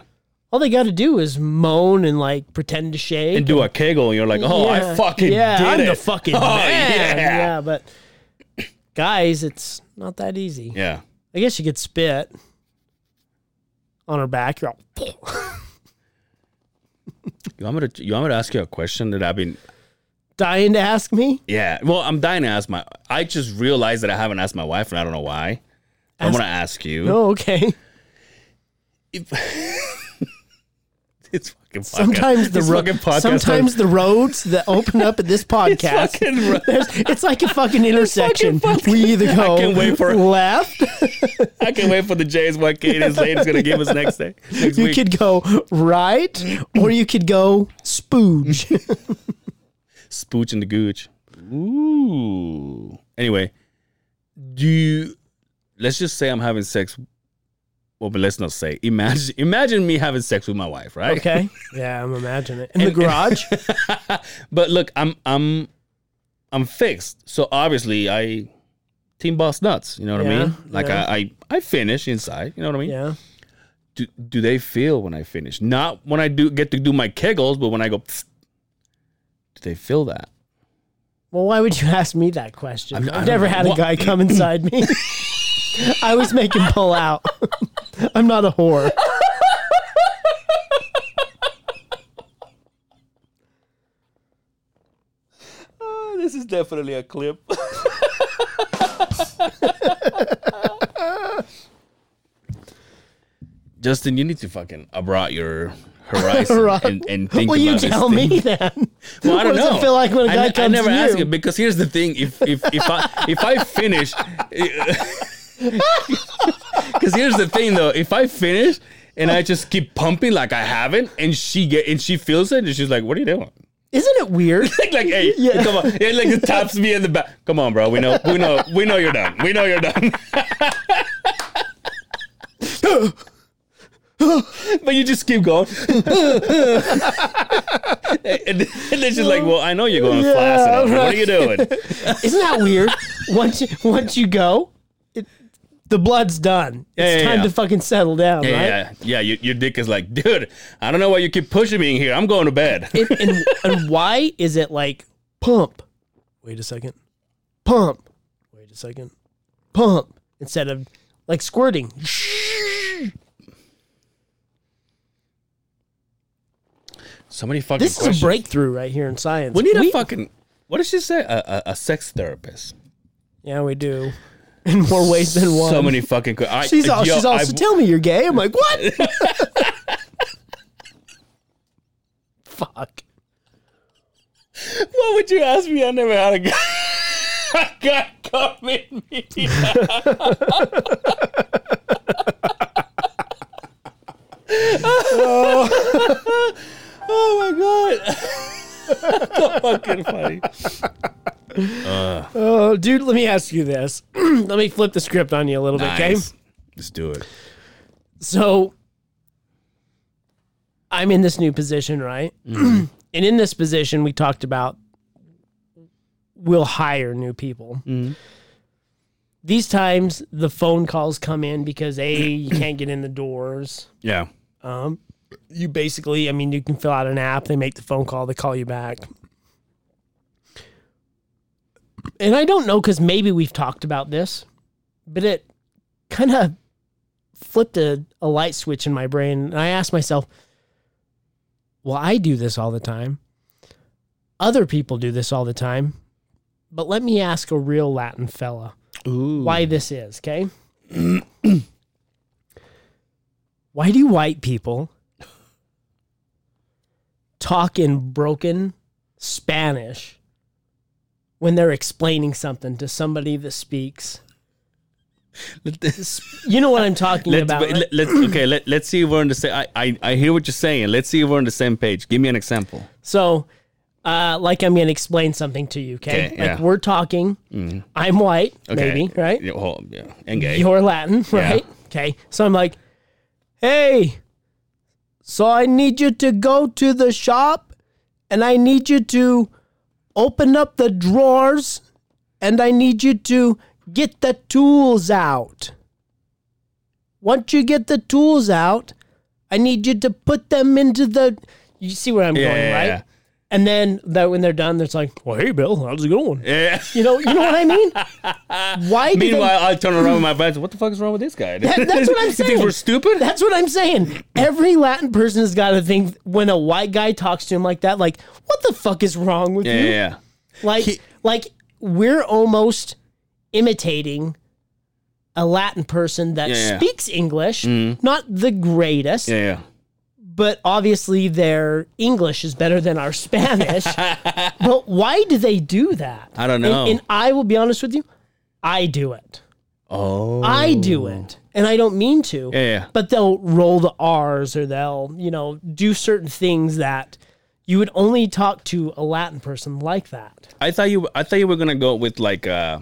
All they got to do is moan and like pretend to shake
And do a kegel and you're like, oh, I fucking
yeah,
did
I'm
it.
the fucking
Oh,
man. Yeah.
yeah.
but guys, it's not that easy.
Yeah.
I guess you could spit on her back. You're all,
You want me to you want me to ask you a question that I've been
dying to ask me.
Yeah. Well, I'm dying to ask my I just realized that I haven't asked my wife and I don't know why. I'm
Ask-
gonna ask you.
Oh, okay.
It's fucking podcast.
Sometimes the
It's
ro-
fucking podcast.
sometimes the roads that open up at this
it's
podcast.
fucking ro-
there's- it's like a fucking intersection. we either go
can't wait for-
left.
I can't wait for the James what Caden's lady's gonna give us next day. Next
You
week.
could go right, or you could go spooge.
Spooch and the Gooch. Ooh. Anyway, do you let's just say I'm having sex. Well, but let's not say. Imagine imagine me having sex with my wife, right?
Okay. Yeah, I'm imagining it in the garage.
But look, I'm I'm I'm fixed. So obviously I team boss nuts, you know what
Yeah,
I mean? Like
yeah.
I, I I finish inside, you know what I mean?
yeah.
Do, do they feel when I finish? Not when I do get to do my kegels, but when I go pfft, do they feel that?
Well, why would you ask me that question?
I'm- I
I've,
don't
never
know.
had a
What-
guy come inside me. I always make him pull out. I'm not a whore.
Oh, This is definitely a clip. Justin, you need to fucking abroad your horizon
Right.
and, and think
Will you
about this
tell
thing.
me then?
Well,
what
I don't
does
know.
it feel like when a
I
guy
ne- I
comes
never
to
ask
you?
it because here's the thing: if if if I if I finish, because here's the thing though, if I finish and I just keep pumping like I haven't, and she get and she feels it, and she's like, "What are you doing?"
Isn't it weird?
Like, like hey,
Yeah.
come on, it like it taps me in the back. Come on, bro. We know, we know, we know you're done. We know you're done. but you just keep going. and, then- and then she's like, "Well, I know you're going to
Yeah,
flaccid. I'm like, What are you doing?"
Isn't that weird? Once you, once you go, it, the blood's done.
Yeah,
it's
yeah,
time
yeah.
to fucking settle down,
Yeah,
right?
yeah, yeah. Your, your dick is like, dude. I don't know why you keep pushing me in here. I'm going to bed.
and, and, and why is it like pump? Wait a second. Pump. Wait a second. Pump instead of like squirting.
So many fucking.
This
questions.
is a breakthrough right here in science.
We need a fucking. What did she say? A, a, a sex therapist.
Yeah, we do. In more ways than one.
So many fucking. que- I,
she's all,
yo,
she's
I-
also tell me you're gay. I'm like, what? Fuck.
What would you ask me? I never had a guy. a guy come in me. oh. my god. so fucking funny.
Oh, dude, let me ask you this. let me flip the script on you a little bit, okay?
Nice. Let's do it.
So I'm in this new position, right? and in this position, we talked about we'll hire new people. These times, the phone calls come in because A, you can't get in the doors.
Yeah.
You basically, I mean, you can fill out an app, they make the phone call, they call you back. And I don't know because maybe we've talked about this, but it kind of flipped a, a light switch in my brain. And I asked myself, well, I do this all the time. Other people do this all the time. But let me ask a real Latin fella
Ooh.
why this is, okay? why do white people talk in broken Spanish when they're explaining something to somebody that speaks. You know what I'm talking
Let's,
about.
but
right?
let, us okay. Let, let's see if we're on the same. I, I I hear what you're saying. Let's see if we're on the same page. Give me an example.
So, uh, like, I'm going to explain something to you, okay?
Okay,
like,
yeah. Mm-hmm.
we're talking. I'm white,
Okay.
maybe, right?
Yeah, well, yeah. And gay.
You're Latin, right? Okay. So I'm like, hey, so I need you to go to the shop and I need you to open up the drawers and I need you to get the tools out. Once you get the tools out, I need you to put them into the. You see where I'm
Yeah,
going,
yeah,
right?
yeah.
And then that when they're done, it's like, well, hey, Bill, how's it going?
Yeah.
You know, you know what I mean? Why? do they-
Meanwhile, I turn around with my friends. What the fuck is wrong with this guy?
That- that's what I'm
You think
saying.
we're stupid?
That's what I'm saying. Every Latin person has got to think when a white guy talks to him like that, like, what the fuck is wrong with
Yeah,
you?
yeah, yeah.
Like, like we're almost imitating a Latin person that
Yeah, yeah. Mm-hmm.
speaks English, not the greatest,
yeah, yeah.
but obviously their English is better than our Spanish. but why do they do that?
I don't
And-
know.
And, I will be honest with you, I do it.
Oh,
I do it, and I don't mean to
yeah, yeah.
but they'll roll the R's or they'll, you know, do certain things that you would only talk to a Latin person like that.
I thought you. I thought you were gonna go with like, uh,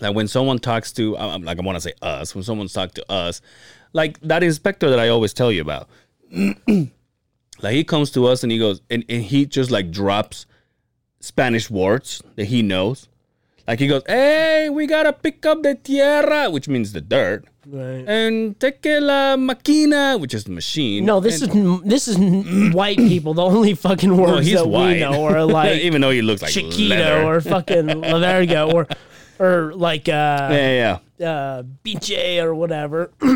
like when someone talks to, um, like I want to say us. When someone's talked to us, like that inspector that I always tell you about. like he comes to us and he goes, and, and he just like drops Spanish words that he knows. Like he goes, "Hey, we gotta pick up the tierra," which means the dirt,
Right.
and take la máquina, which is the machine.
No, this
and,
is this is white people. The only fucking
Well,
words
he's
that
white.
we know are like
Uh, even though he looks like
Chiquito
leather.
or fucking La Verga or or like uh,
yeah, yeah, yeah.
uh, Biche or whatever.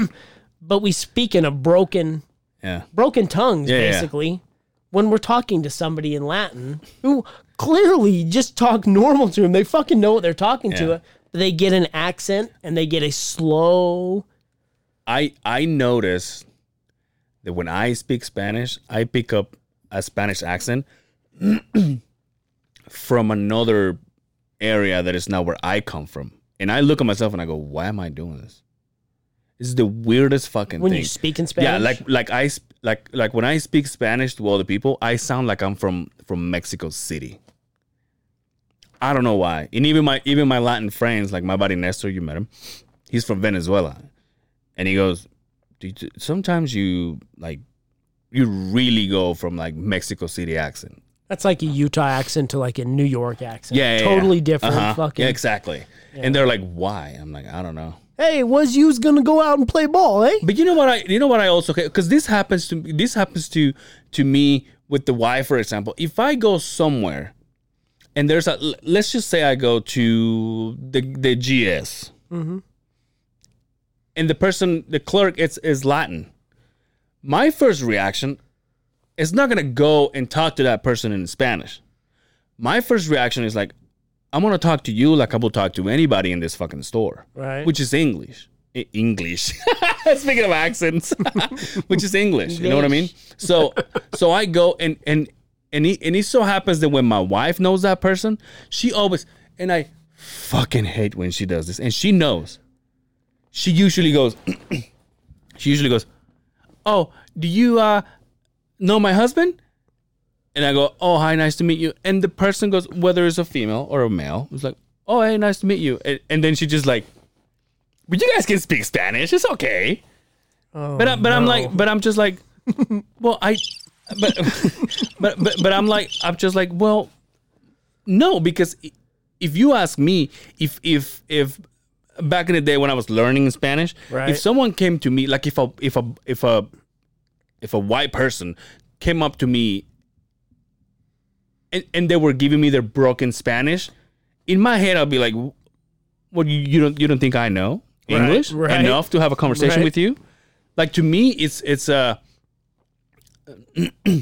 but we speak in a broken
yeah.
broken tongues
Yeah, yeah.
basically when we're talking to somebody in Latin who clearly just talk normal to them. They fucking know what they're talking
Yeah.
to, but they get an accent and they get a slow.
I I notice that when I speak Spanish, I pick up a Spanish accent from another area that is not where I come from. And I look at myself and I go, "Why am I doing this?" This is the weirdest fucking
When
thing.
you speak in Spanish?
yeah, like like I sp- like like when I speak Spanish to other people, I sound like I'm from from Mexico City. I don't know why. And even my even my Latin friends, like my buddy Nestor, you met him. He's from Venezuela, and he goes, "Do you- "Sometimes you like, you really go from like Mexico City accent."
That's like a Utah accent to like a New York accent.
Yeah, yeah, yeah.
totally different.
Uh-huh.
Fucking.
yeah, exactly. And they're like, "Why?" I'm like, "I don't know."
Hey, was you's gonna go out and play ball, eh?
But you know what I you know what I also because this happens to this happens to to me with the Y for example. If I go somewhere and there's a l- let's just say I go to the the GS and the person the clerk is is Latin. My first reaction is not gonna go and talk to that person in Spanish. My first reaction is like, I'm gonna talk to you like I will talk to anybody in this fucking store
Right.
which is English. E- English. Speaking of accents, which is English. You know what I mean? So, so I go and and and he, and it so happens that when my wife knows that person, she always and I fucking hate when she does this, and she knows. She usually goes. she usually goes. Oh, do you uh know my husband? And I go, oh hi, nice to meet you. And the person goes, whether it's a female or a male, it's like, oh hey, nice to meet you. And, and then she just like but you guys can speak Spanish. It's okay. but I, but I'm like, but I'm just like, well, I, but, but but but I'm like, I'm just like, well, no, because i- if you ask me, if if if back in the day when I was learning Spanish,
Right.
if someone came to me, like if a if a if a if a white person came up to me and, and they were giving me their broken Spanish, in my head I'll be like, "Well, you, you don't you don't think I know
Right,
English
right.
enough to have a conversation
Right.
with you?" Like to me, it's it's uh,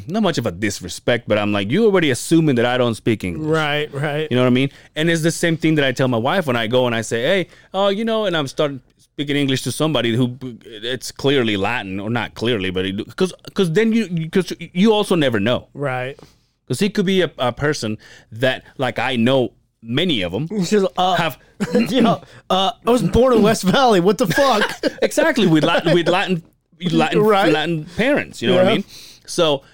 not much of a disrespect, but I'm like, you already assuming that I don't speak English.
Right, right.
You know what I mean? And it's the same thing that I tell my wife when I go and I say, "Hey, oh, you know," and I'm starting speaking English to somebody who it's clearly Latin or not clearly, but because because then you because you also never know
Right.
because he could be a, a person that like I know many of them
She's like, uh,
have
you know, uh, I was born in West Valley. What the fuck?
exactly with Latin with Latin Latin
Right.
Latin parents. You know what
Yeah.
I mean? So.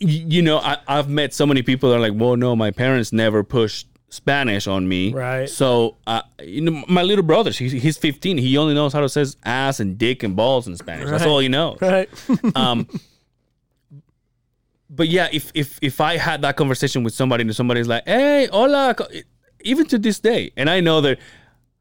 y- You know, I, I've met so many people that are like, "Well, no, my parents never pushed Spanish on me."
Right.
So, uh, you know, my little brother, he's, he's 15. He only knows how to say ass and dick and balls in Spanish. That's
Right.
all he knows.
right.
Oh, but yeah, if if if I had that conversation with somebody and somebody's like, "Hey, hola," co- even to this day, and I know that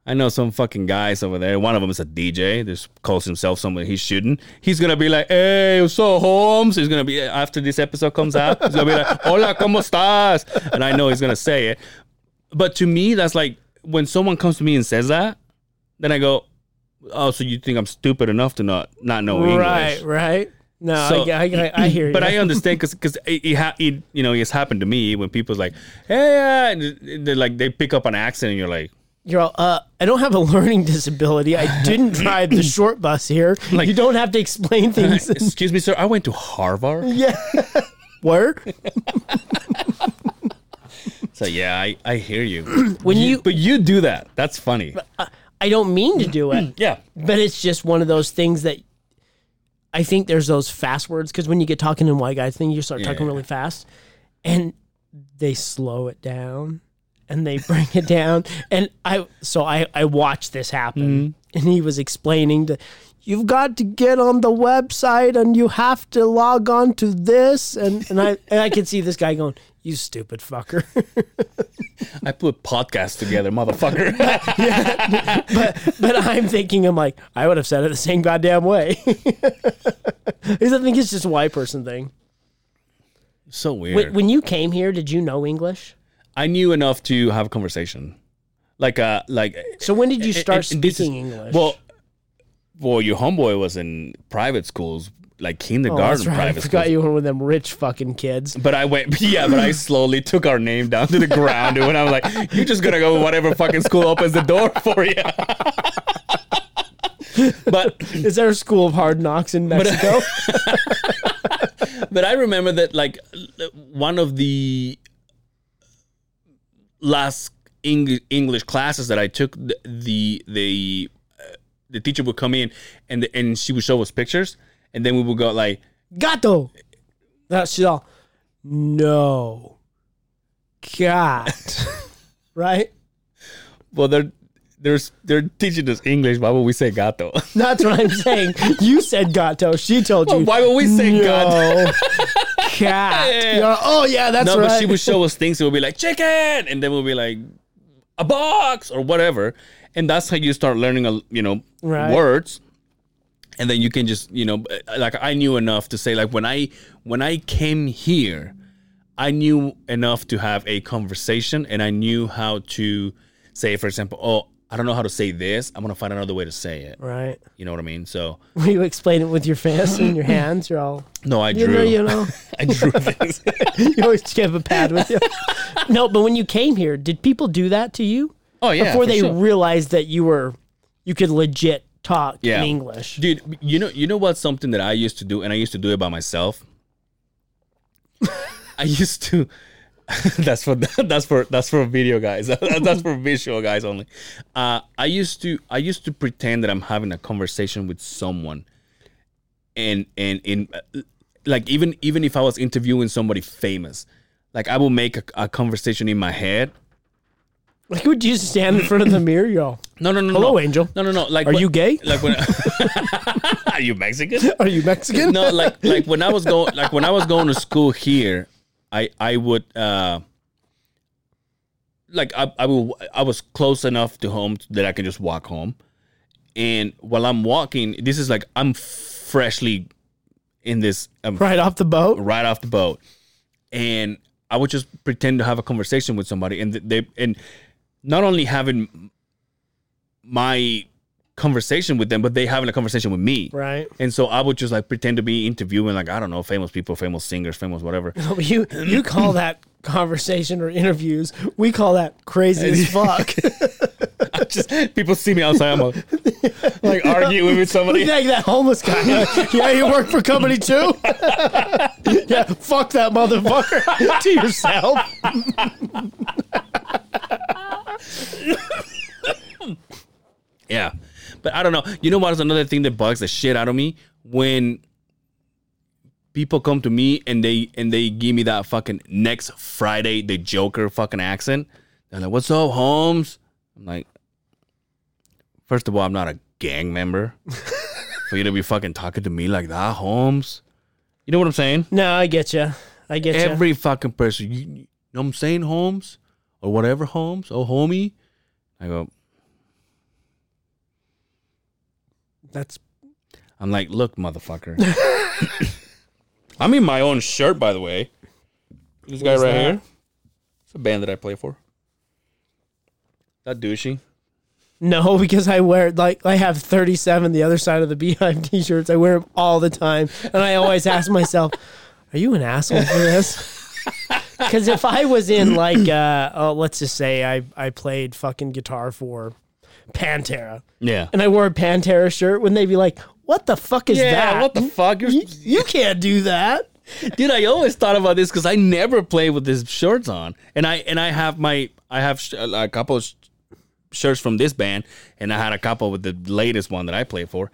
I know some fucking guys over there. One of them is a DJ. Just calls himself something he shouldn't. He's gonna be like, "Hey, what's up, Holmes?" He's gonna be after this episode comes out. He's gonna be like, "Hola, cómo estás?" And I know he's gonna say it. But to me, that's like when someone comes to me and says that, then I go, "Oh, so you think I'm stupid enough to not not know English?"
Right. Right. No,
So-
I, I, I, I hear you.
but I understand because it, it, ha- it you know it's happened to me when people's like hey uh," and they like they pick up an accent and you're like
You're all, uh, I don't have a learning disability. I didn't drive the short bus here.
Like-
you don't have to explain things.
excuse me sir I went to Harvard
yeah. Word.
so yeah I, I hear you
When you,
but you do that that's funny
I don't mean to do it,
yeah
but it's just one of those things that I think there's those fast words because when you get talking in white guys thing, you start talking really fast, and they slow it down and they bring it down. And I so I I watched this happen, and he was explaining to. You've got to get on the website and you have to log on to this and, and I and I can see this guy going, You stupid fucker.
I put podcasts together motherfucker
But I'm thinking, I'm like, I would have said it the same goddamn way. Because I think it's just a white person thing.
so weird
When, when you came here, did you know English?
I knew enough to have a conversation like uh like eh,
So when did you start
and this is-
speaking English?
well well your homeboy was in private schools like
Oh,
kindergarten
that's right. I
private schools
forgot you were one of them rich fucking kids.
But I went, yeah, but I slowly took our name down to the ground. And when I'm like, you're just going to go whatever fucking school opens the door for you. but
Is there a school of hard knocks in
uh,
Mexico?
but I remember that like l- one of the last Eng- English classes that I took, the the the, uh, the teacher would come in and and she would show us pictures, and then we would go like,
Gato. That's she's all. No. Cat. right?
well, they're they're they're teaching us English. Why would we say gato?
That's what I'm saying. You said gato. She told you.
Why would we say gato?
no. Cat.
Yeah.
You're all, oh yeah, that's
No,
right.
but she would show us things. It would be like chicken, and then we'll be like a box or whatever, and that's how you start learning, a, you know,
Right.
words. And then you can just, you know, like I knew enough to say, like when I when I came here, I knew enough to have a conversation, and I knew how to say, for example, oh, I don't know how to say this. I'm gonna find another way to say it.
Right.
You know what I mean? So
When you explain it with your fist and your hands, you're all.
no, I
You
drew.
know, you know.
I drew this.
You always have a pad with you. no, but when you came here, did people do that to you
oh yeah,
before
for
they
sure.
realized that you were, you could legit talk
Yeah.
in English?
dude you know you know what's something that i used to do and i used to do it by myself i used to that's for that's for that's for video guys that's for visual guys only uh i used to i used to pretend that i'm having a conversation with someone and and in like even even if i was interviewing somebody famous like i will make a, a conversation in my head
Like, would you stand in front of the mirror, y'all?
no no no
Hello,
no.
Angel.
no no no like
Are
when-
you gay?
like when are you mexican
Are you Mexican?
no, like like when I was going like when I was going to school here, I I would uh like I I, would, I was close enough to home that I can just walk home. And while I'm walking, this is like I'm freshly in this I'm
Right off the boat.
right off the boat, and I would just pretend to have a conversation with somebody, and th- they and not only having my conversation with them, but they having a conversation with me.
Right.
And so I would just like pretend to be interviewing, like I don't know, famous people, famous singers, famous whatever.
No, but you you call that conversation or interviews? We call that crazy as fuck.
just people see me outside. I'm like, like arguing with somebody.
Look at that homeless guy. yeah, you work for company too? yeah, fuck that motherfucker to yourself.
Yeah. But I don't know. You know what is another thing that bugs the shit out of me? When people come to me and they and they give me that fucking next Friday the Joker fucking accent. They're like, What's up, Holmes? I'm like First of all, I'm not a gang member. For you to be fucking talking to me like that, Holmes. You know what I'm saying?
No, I get you. I get you.
Every fucking person. You, you know what I'm saying, Holmes? Or whatever, Holmes? Oh, homie. I go,
That's
I'm like, look, motherfucker. I'm in my own shirt, by the way. This guy right
that?
here. It's a band that I play for. That douchey.
no, because I wear like I have 37 the other side of the beehive t-shirts. I wear them all the time, and I always ask myself, "Are you an asshole for this?" Because if I was in like, uh, oh, let's just say I I played fucking guitar for Pantera,
Yeah.
and I wore a Pantera shirt, wouldn't they be like, "What the fuck is
Yeah.
that?
What the fuck, You're-
you, you can't do that."
dude? I always thought about this because I never play with these shorts on, and I and I have my I have sh- uh, a couple of sh- shirts from this band, and I had a couple with the latest one that I play for,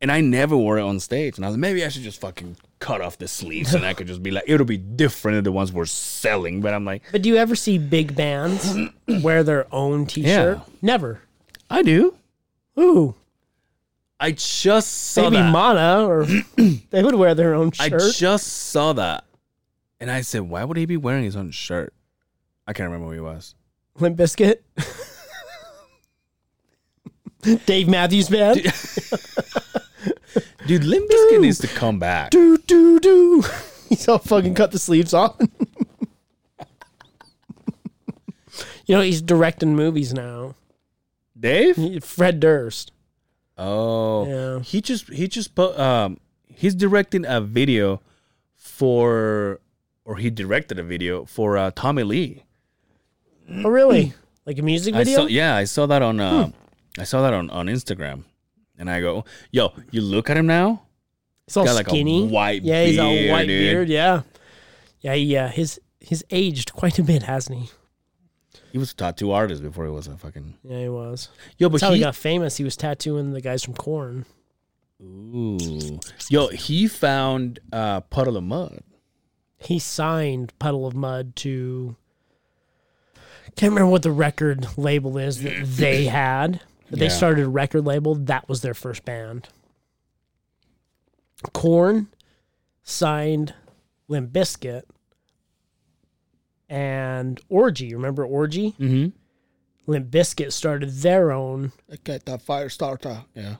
and I never wore it on stage. And I was like, maybe I should just fucking cut off the sleeves, and I could just be like, it'll be different than the ones we're selling. But I'm like,
But do you ever see big bands wear their own T-shirt?
Yeah.
Never.
I do.
Ooh,
I just saw
maybe
that.
Mana or they would wear their own
I
shirt.
just saw that, and I said, why would he be wearing his own shirt? I can't remember who he was.
Limp Biscuit. Dave Matthews Band.
Dude, Limp Bizkit needs to come back.
Do do do. He's all fucking cut the sleeves off. you know he's directing movies now.
Dave?
Fred Durst.
Oh,
Yeah.
he just he just put um he's directing a video for or he directed a video for uh, Tommy Lee.
Oh really? Like a music
I
video? Hmm.
saw yeah, I saw that on uh, I saw that on on Instagram, and I go, yo, you look at him now.
He's all
Got, like, a
skinny.
white
yeah, he's all
beard,
white
dude.
beard. Yeah, yeah, yeah. His he's aged quite a bit, hasn't he?
He was a tattoo artist before he was a fucking
Yeah, he was.
yo, but
That's how
he
he got famous. He was tattooing the guys from Corn.
Ooh. Yo, he found uh puddle of mud.
He signed Puddle of Mud to. Can't remember what the record label is that they had. But They
Yeah.
started a record label. That was their first band. Corn signed Limp Biscuit and Orgy. Remember Orgy?
Mm-hmm.
Limp Biscuit started their own
I got that fire starter. Yeah.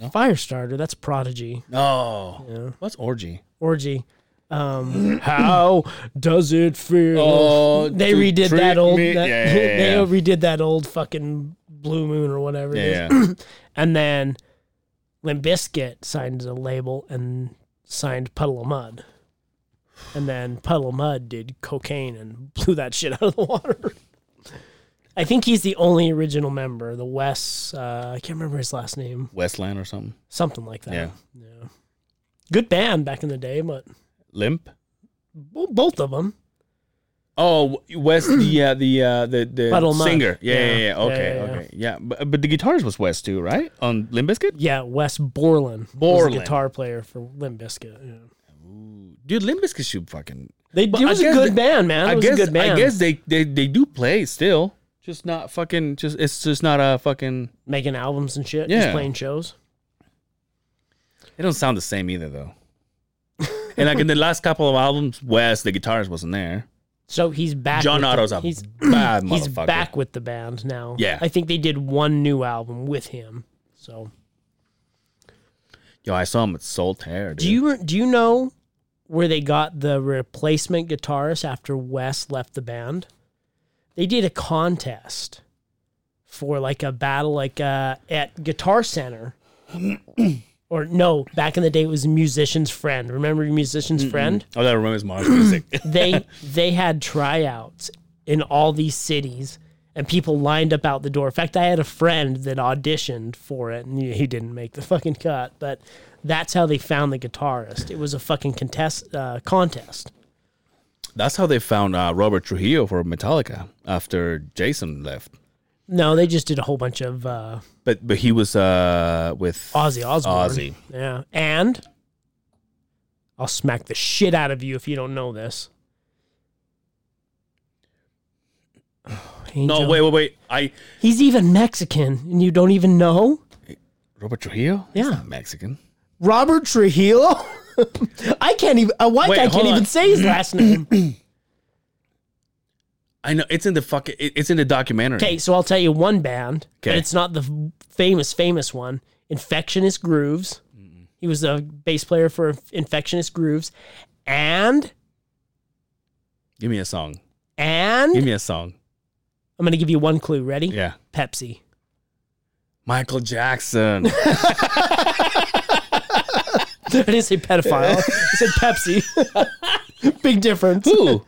Firestarter. That's Prodigy.
Oh.
Yeah.
What's orgy?
Orgy. Um, how does it feel?
Oh,
they
to
redid
treat
that old.
me-
That,
Yeah, yeah, yeah,
they
yeah.
redid that old fucking Blue Moon or whatever. it is.
Yeah. yeah.
And then Limp Bizkit signed the label and signed Puddle of Mud. And then Puddle of Mud did cocaine and blew that shit out of the water. I think he's the only original member. The Wes, uh, I can't remember his last name,
Westland or something.
something like that.
Yeah.
yeah. Good band back in the day, but
Limp.
bo- both of them.
Oh, West the uh, the uh, the the
Puddle of Mud.
singer. Yeah, yeah, yeah.
Yeah.
Okay,
Yeah, yeah, yeah.
okay, yeah. But, but the guitarist was West too, right? On Limp Bizkit.
Yeah, Wes Borland, was
Borland.
the guitar player for Limp Bizkit. Yeah.
Dude, Limp Bizkit should fucking.
They,
But
it
I
was a
guess
good
the-
band, man. It
I
was
guess.
a good band.
I guess they, they they do play still. Just not fucking. Just it's just not a fucking.
making albums and shit,
Yeah.
just playing shows.
They don't sound the same either, though. and like in the last couple of albums, Wes the guitarist wasn't there.
So he's back.
John
with
Otto's
the,
a
he's
bad motherfucker.
he's back with the band now.
Yeah.
I think they did one new album with him. So
Yo, I saw him at Solitaire. Dude.
do you do you know where they got the replacement guitarist after Wes left the band? They did a contest for like a battle like uh, at Guitar Center. or no, back in the day it was Musician's Friend. Remember Musician's Friend?
Oh, that remembers Mars music.
they they had tryouts in all these cities and people lined up out the door. In fact, I had a friend that auditioned for it, and he he didn't make the fucking cut. But that's how they found the guitarist. It was a fucking contest uh, contest.
That's how they found uh, Robert Trujillo for Metallica after Jason left.
No, they just did a whole bunch of uh,
But but he was uh, with
Ozzy Osbourne.
Ozzy.
Yeah, and I'll smack the shit out of you if you don't know this.
No, wait, wait, wait. I
He's even Mexican, and you don't even know
Robert Trujillo.
Yeah.
He's not Mexican.
Robert Trujillo. I can't even. A white
Wait,
guy can't
hold
even
on.
say his last name.
I know it's in the fucking. It, it's in the documentary.
Okay, so I'll tell you one band, but
Okay.
it's not the f- famous famous one. Infectionist Grooves. He was a bass player for Inf- Infectionist Grooves, and
Give me a song.
and
Give me a song.
I'm gonna give you one clue. Ready?
Yeah.
Pepsi.
Michael Jackson.
I didn't say pedophile. I said Pepsi. Big difference.
Who?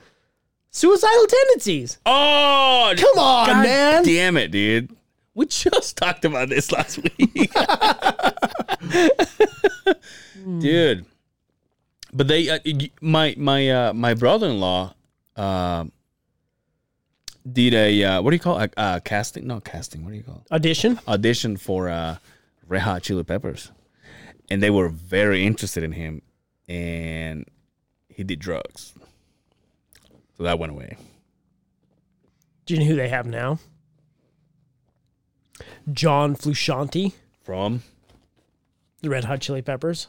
Suicidal tendencies.
Oh,
Come on,
God
man.
Damn it, dude. We just talked about this last week. dude. But they uh, y- my my uh, my brother-in-law um did a uh, what do you call it? a, a casting? Not casting. What do you call? it?
Audition.
Audition for uh Red Hot Chili Peppers. And they were very interested in him and he did drugs. So that went away.
Do you know who they have now? John Flusciante,
From
the Red Hot Chili Peppers.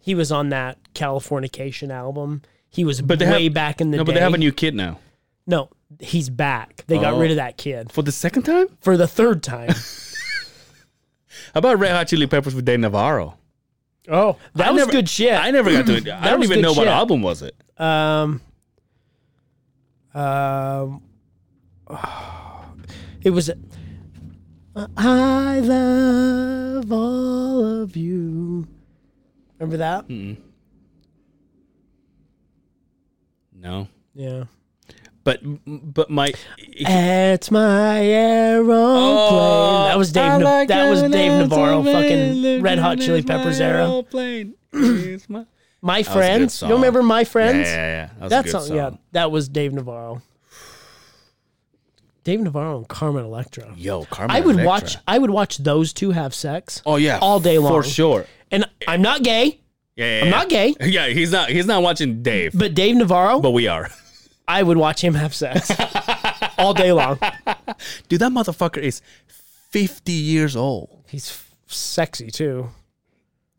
He was on that Californication album. He was
But they
way
have-
back in the
no,
day.
but they have a new kid now.
no, he's back. They got
Oh.
rid of that kid
For the second time?
for the third time.
How about Red Hot Chili Peppers with Dave Navarro?
oh, that
I
was
never-
good shit.
I never got to. I don't
was
even
good
know what
shit.
album Mm. was it.
Um, um, it was. I love all of you. Remember that?
Hmm. No,
Yeah.
but but my
At my aeroplane.
Oh,
that was Dave. Na- that was Dave Navarro. Fucking Red Hot Chili Peppers era.
Yeah,
My
was a good
friends. You
song.
remember my
yeah,
friends?
yeah. That was a
that
good
song,
song.
Yeah, that was Dave Navarro. Dave Navarro and Carmen Electra.
Yo, Carmen.
I would
Electra.
watch. I would watch those two have sex.
Oh yeah,
all day long.
for sure.
And I'm not gay,
Yeah, yeah,
I'm not
yeah.
gay.
Yeah, he's not. He's not watching Dave,
but Dave Navarro,
but we are.
I would watch him have sex all day long.
Dude, that motherfucker is fifty years old.
He's f- sexy too.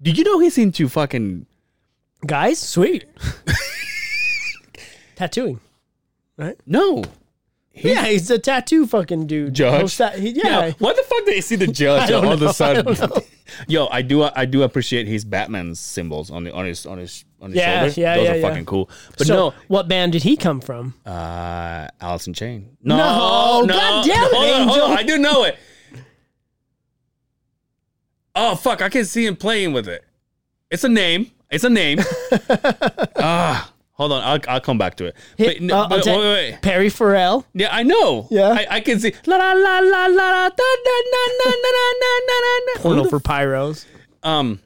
Do you know he's into fucking
Guys, sweet. Tattooing.
no? He-
Yeah, he's a tattoo fucking dude.
Judge?
Most ta- he- yeah.
Yeah. Why the fuck did he see the judge
don't
all of
know, I
a sudden?
don't know.
Yo, I do I do appreciate his Batman symbols on the on his on his on his
Yeah,
shoulder.
yeah,
Those
yeah,
are
yeah.
fucking cool. But
so, what band did he come from?
no, uh Allison Chain. No,
No, God damn it,
Hold on, hold on,
Angel.
I do know it. Oh fuck, I can see him playing with it. It's a name. It's a name. ah, hold on. I'll, I'll come back to it. But, no,
Uh, I'll
but
tell-
wait, wait, wait.
Perry Farrell.
Yeah, I know.
Yeah.
I, I can see. La la la la la la da da na na na na na na na.
Porno for pyros.
Um,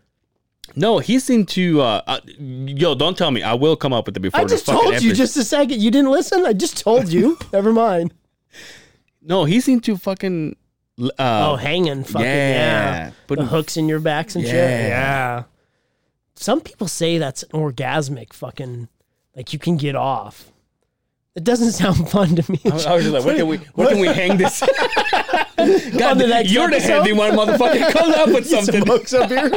no, he's into. Uh, uh, yo, don't tell me. I will come up with it before.
I
the
just
fucking
told you
episode.
just a second. You didn't listen. I just told you. Never mind.
No, he's into fucking. Uh,
Oh, hanging, fucking yeah.
Yeah.
the
Putting-
hooks in your backs and shit.
Yeah.
Yeah. Some people say that's an orgasmic fucking, like you can get off. It doesn't sound fun to me.
I was I was just like, where can we, where can we hang this? God,
On the next
you're the
episode?
handy one, motherfucker. Come up with something.
Smokes up here.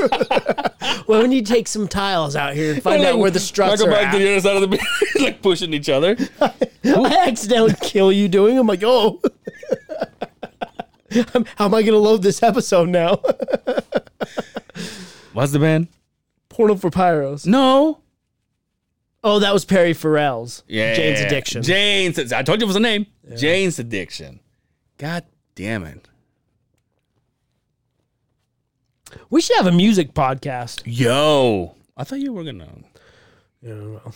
well, we need to take some tiles out here and find out where the struts
Go
are.
back to
At.
the other side of the building, like pushing each other.
I accidentally kill you doing. I'm like, oh. I'm- How am I going to load this episode now?
What's the band?
Porno for pyros.
No.
Oh, that was Perry Farrell's.
Yeah.
Jane's addiction.
Jane's. I told you it was a name. Jane's addiction. God damn it.
we should have a music podcast.
Yo. I thought you were gonna.
Yeah, well.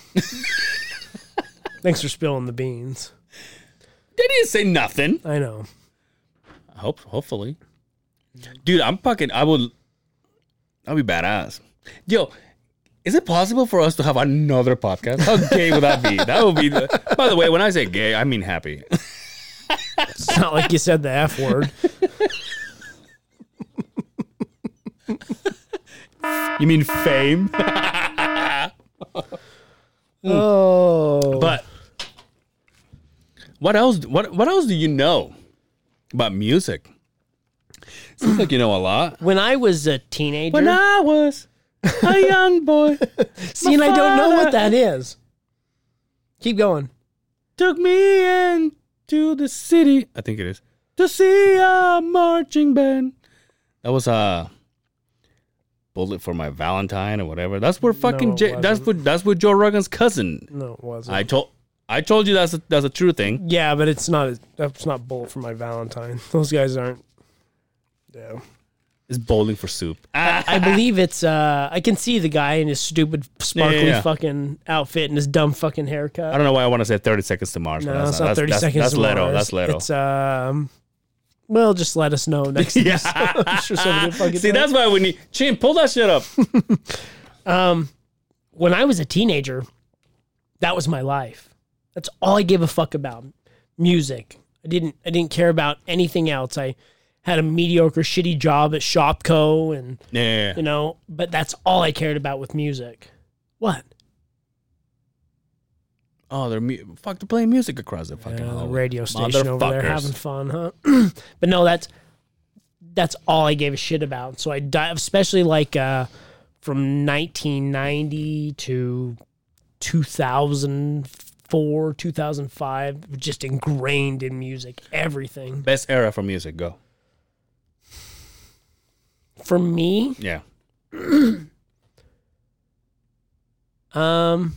Thanks for spilling the beans.
They didn't say nothing.
I know.
Hope hopefully. Dude, I'm fucking I would I'll be badass. Yo, is it possible for us to have another podcast? How gay would that be? That would be the, By the way, when I say gay, I mean happy.
It's not like you said the F word.
You mean fame?
Oh.
But what else what what else do you know about music? Seems like you know a lot.
When I was a teenager,
When I was a young boy,
see, and I don't know what that is. Keep going.
took me into the city. I think it is to see a marching band. That was a bullet for my Valentine or whatever. That's where fucking
it
J- that's what that's what Joe Rogan's cousin.
No, it wasn't.
I told I told you that's a, that's a true thing.
yeah, but it's not. That's not bullet for my Valentine. Those guys aren't. Yeah.
It's bowling for soup.
I believe it's. uh I can see the guy in his stupid sparkly
Yeah, yeah, yeah.
fucking outfit and his dumb fucking haircut.
I don't know why I want to say Thirty Seconds to Mars. but
No,
that's
it's not, thirty
that's,
seconds.
That's,
to
that's Leto.
Mars.
That's Leto.
It's um. Well, just let us know next. yeah. I'm sure somebody fucking
See,
does.
that's why we need Chin. Pull that shit up.
when I was a teenager, that was my life. That's all I gave a fuck about. Music. I didn't I didn't care about anything else. I had a mediocre shitty job at Shopco and
Yeah, yeah,
you know, but that's all I cared about with music. What?
Oh, they're mu- fuck. They're playing music across the fucking
Yeah, the
hallway.
radio station over there
Oh, Motherfuckers.
having fun, huh? but no, that's that's all I gave a shit about. So I dive, especially like uh, from 1990 to 2004, 2005, just ingrained in music, everything.
Best era for music. Go.
For me,
Yeah.
um,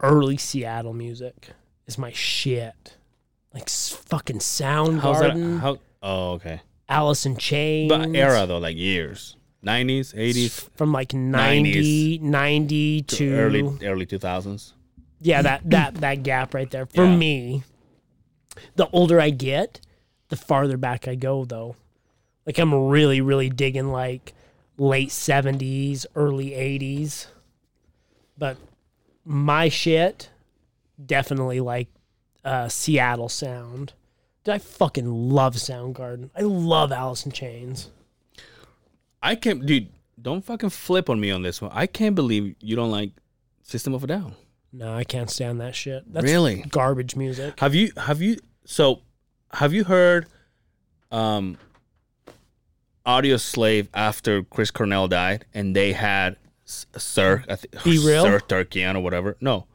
early Seattle music is my shit. Like s- fucking Soundgarden,
How's that? How? Oh, okay.
Alice in Chains.
But era though, like years, nineties, eighties,
from like 90, 90 to,
to early early two thousands.
yeah that that that gap right there for
Yeah.
me the older i get the farther back i go though like i'm really really digging like late 70s early 80s but my shit definitely like uh seattle sound Dude, i fucking love soundgarden i love alice in chains
I can't, dude. Don't fucking flip on me on this one. I can't believe you don't like System of a Down.
no i can't stand that shit that's
Really?
garbage music
Have you? Have you? So, have you heard? Um. Audio Slave after Chris Cornell died, and they had S- Sir, I think,
Be Real?
Sir Turkian or whatever. No,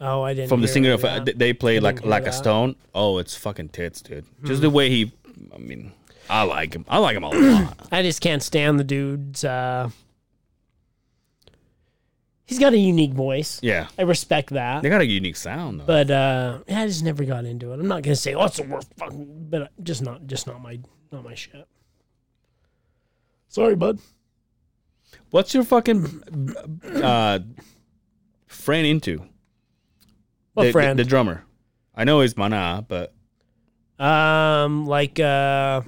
Oh, I didn't.
from the
hear
singer
it,
of
yeah.
uh, th- they play like
hear
like a
that.
stone. Oh, it's fucking tits, dude.
Hmm.
Just the way he. I mean, I like him. I like him a lot.
I just can't stand the dude's. Uh, he's got a unique voice.
yeah,
I respect that,
they got a unique sound though.
but uh, I just never got into it. I'm not gonna say oh it's the worst fucking, but uh, just not just not my not my shit. Sorry, bud.
What's your fucking uh, friend into?
What
the, the-
friend?
The, drummer. I know he's Mana, but
um, like uh,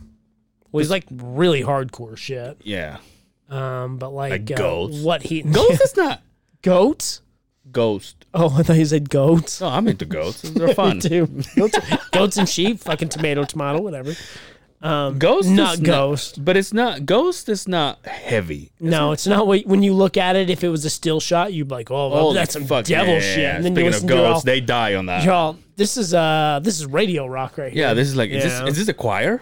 well, he's like really hardcore shit.
yeah,
Um, but like,
Like
uh,
goats.
what he
Ghost is not
goats?
Ghost.
Oh, I thought you said goats.
No, I'm into ghosts. They're fun.
too. Goats, goats and sheep, fucking tomato, tomato, whatever. Um,
Ghost,
not
is
ghost.
but it's not Ghost. is not heavy.
no, it's not what when you look at it. If it was a still shot, you'd be like, "Oh, well,
Holy
that's some
fuck,
devil
yeah.
shit." And then you
Speaking
listen
of
to it all,
ghosts, they die on that.
y'all, this is uh, this is radio rock right here.
Yeah, this is like, is,
Yeah.
this, is this a choir?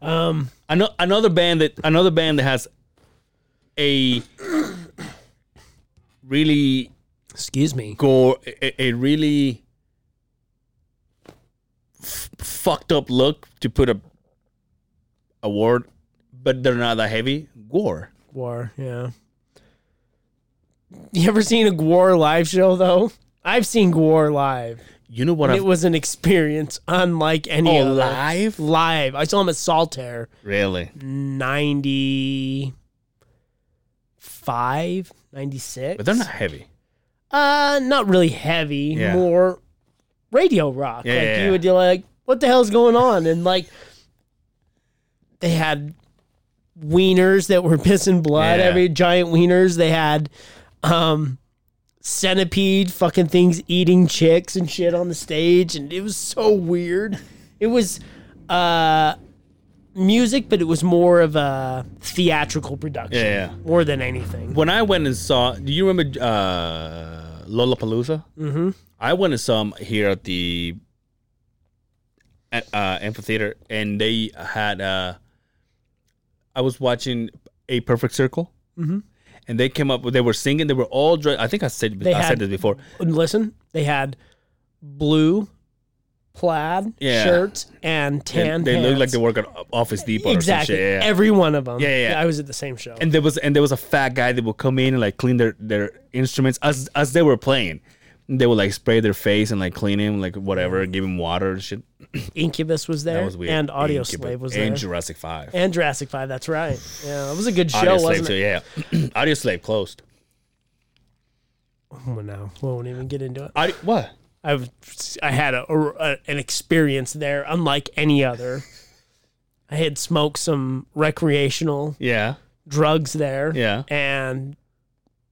Um,
Ano- another band that another band that has a really
excuse me.
gore, a, a really f- fucked up look to put a a word, but they're not that heavy. Gore.
War, yeah. You ever seen a Gwar live show though? I've seen Gwar live.
You know what?
And
I've,
it was an experience unlike any
oh,
other.
live.
Live. I saw him at Saltaire.
Really?
95, 96.
But they're not heavy.
uh, not really heavy,
Yeah.
more radio rock.
Yeah,
like
yeah, yeah.
you would be like, what the hell's going on? And like they had wieners that were pissing blood,
Yeah.
every giant wieners. They had um centipede fucking things eating chicks and shit on the stage and it was so weird. It was uh music, but it was more of a theatrical production.
Yeah, yeah.
More than anything.
When I went and saw, do you remember uh, Lollapalooza? Mm-hmm. I went and saw 'em here at the uh, uh, amphitheater, and they had. Uh, I was watching a Perfect Circle, mm-hmm. and they came up. They were singing. They were all dressed. I think I said I
had-
said this before.
And listen, they had blue plaid
Yeah.
shirts and
And
tan.
they looked like
pants.
they work at Office Depot
exactly
or some shit. Yeah, yeah.
every one of them.
Yeah, yeah, yeah.
I was at the same show.
and there was and there was a fat guy that would come in and like clean their their instruments as as they were playing. They would like spray their face and like clean him, like whatever, give him water and shit.
Incubus was there.
That was weird.
And Audio
Incubus
Slave was
and
there.
Jurassic Five.
and Jurassic Five. That's right. Yeah, it was a good show,
Audio Slave
wasn't
too.
it?
Yeah, Audio Slave closed.
Oh, no, we won't even get into it.
Audi- what?
I've I had a, a- an experience there unlike any other. I had smoked some recreational
Yeah,
drugs there.
Yeah.
And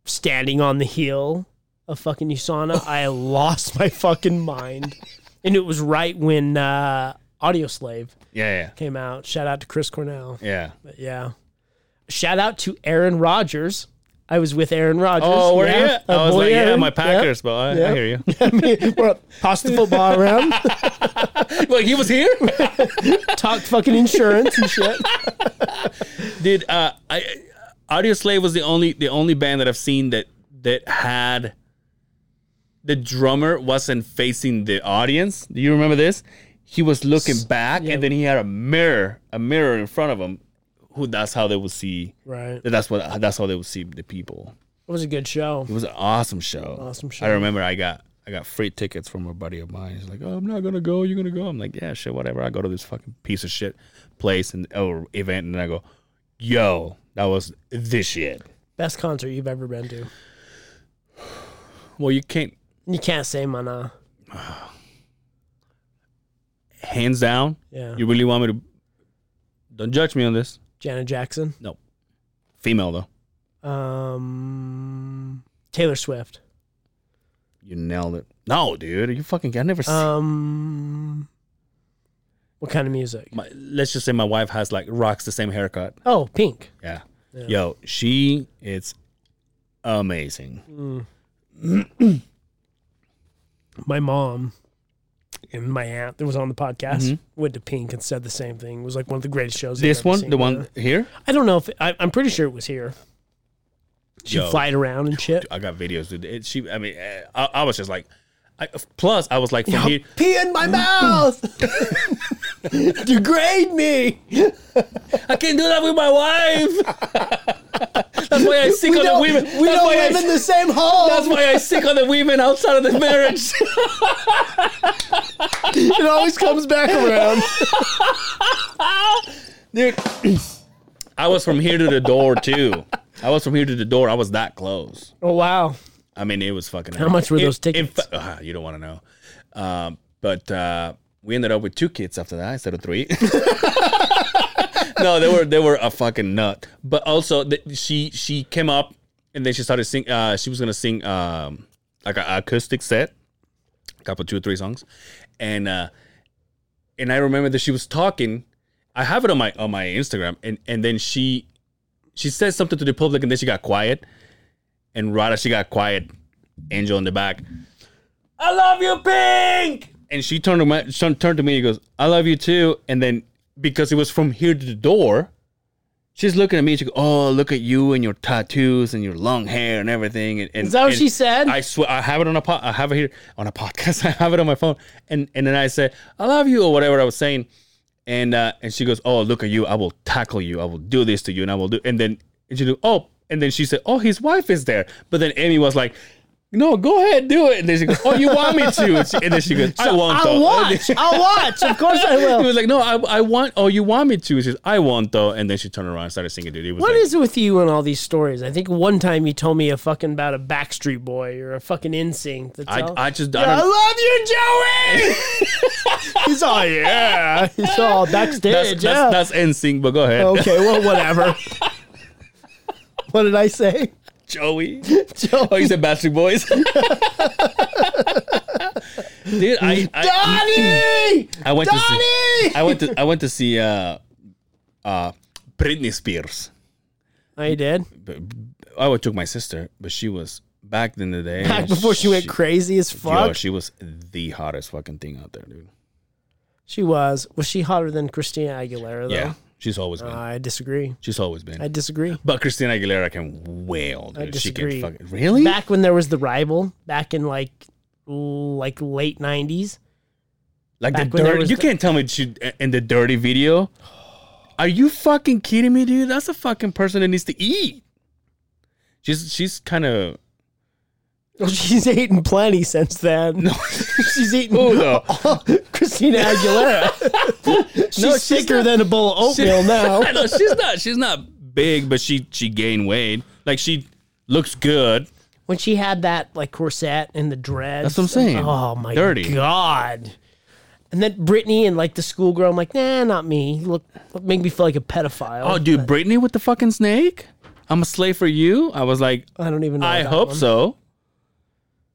standing on the heel of fucking Usana, I lost my fucking mind. And it was right when uh, Audio Slave
yeah,
came out. Shout out to Chris Cornell.
yeah, yeah.
But yeah. Shout out to Aaron Rodgers. I was with Aaron Rodgers.
Oh, where
yeah,
yeah.
our
I was
boy
like, yeah,
Aaron.
my Packers, but I,
Yeah.
I hear you.
Yeah. We're up, toss the football around.
like he was here,
talk fucking insurance and shit.
dude. Uh, I Audio Slave was the only the only band that I've seen that that had the drummer wasn't facing the audience. Do you remember this? He was looking back, and then he had a mirror, a mirror in front of him. Who that's how they would see.
Right.
That's what that's how they would see the people.
It was a good show.
It was an awesome show.
Awesome show.
I remember I got I got free tickets from a buddy of mine. He's like, "Oh, I'm not gonna go. You're gonna go." I'm like, "Yeah, shit, whatever." I go to this fucking piece of shit place and or event, and I go, "Yo, that was this shit."
Best concert you've ever been to.
Well, you can't
You can't say mana.
hands down.
Yeah.
You really want me to? Don't judge me on this.
Janet Jackson.
No, female though.
Um, Taylor Swift.
You nailed it. No, dude, you fucking. I never. seen
Um, what kind of music?
my, let's just say my wife has like rocks the same haircut.
Oh, Pink.
Yeah. Yo, she it's amazing.
My mom and my aunt that was on the podcast went to Pink and said the same thing. It was like one of the greatest shows. they've
Mm-hmm. This
ever
one,
seen.
the one here.
I don't know if I, I'm pretty sure it was here. She'd
Yo.
fly it around and shit.
I got videos, dude. It, she, I mean, eh, I, I was just like, I, plus I was like, from here,
Pee in my mouth. Degrade me.
I can't do that with my wife. that's why I sick on the women. that's why I,
the same home.
That's why I sick on the women outside of the marriage.
it always comes back around.
dude. I was from here to the door too. I was from here to the door. I was that close.
Oh wow!
I mean, it was fucking.
How much were
It-
those
it
tickets?
fu- ah, you don't want to know. Um, but uh, we ended up with two kids after that instead of three. no, they were they were a fucking nut. But also, th- she she came up and then she started sing. Uh, she was gonna sing um, like an acoustic set, a couple two or three songs, and uh, and I remember that she was talking. I have it on my on my Instagram, and and then she she said something to the public, and then she got quiet. And right as she got quiet, Angel in the back. I love you, Pink. And she turned to my she turned to me and goes, I love you too. And then because it was from here to the door, she's looking at me. She goes, Oh, look at you and your tattoos and your long hair and everything. And, and
Is that what
and
she said?
I swear, I have it on a pod. I have it here on a podcast. I have it on my phone. And and then I said, I love you or whatever I was saying. And uh, and she goes, Oh, look at you. I will tackle you. I will do this to you. And I will do. And then and she goes, Oh. And then she said, Oh, his wife is there. But then Amy was like, no, go ahead, do it. And then she goes, oh, you want me to? And, she, and then she goes, I want
I'll
though.
watch. I'll watch. Of course I
He
will.
was like, no, I, I want, oh, you want me to? She says, I want though. And then she turned around and started singing, dude. It was
What
like,
is with you and all these stories? I think one time you told me a fucking about a Backstreet Boy or a fucking NSYNC. That's
I,
all.
I just,
I
I don't
love you, Joey. he's all yeah. He's all backstage.
Oh, that's,
yeah. Oh,
that's, that's NSYNC, but go ahead.
okay. Well, whatever. what did I say?
Joey.
Joey.
Oh, you said Backstreet Boys? Dude, I, I,
Donnie.
I went to see,
Donnie.
I went to, I went to see, uh, uh, Britney Spears.
I did.
I would took my sister, but she was back in the day.
Back before she went crazy as fuck.
Yo, she was the hottest fucking thing out there, dude.
She was. Was she hotter than Christina Aguilera though?
Yeah, she's always been.
I disagree.
she's always been.
Uh, I disagree.
but Christina Aguilera can wail, dude. She can
disagree.
fucking really.
Back when there was the rival, back in like l- like late nineties.
Like the
Back when there
dirty,
was
you
the-
can't tell me she in the dirty video. Are you fucking kidding me, dude? That's a fucking person that needs to eat. She's she's kind of
She's eaten plenty since then.
no,
She's eaten
Who, though?
Christina Aguilera. she's
No, she's
sicker
not-
than a bowl of oatmeal now.
I know, she's not she's not big, but she she gained weight. Like she looks good.
When she had that like corset and the dreads.
That's what I'm saying.
Oh my
Dirty.
god. And then Brittany and like the schoolgirl, I'm like, nah, not me. You Look, make me feel like a pedophile.
Oh, dude, Brittany with the fucking snake. I'm a slave for you. I was like,
I don't even know.
Oh, I
that
hope
one.
so.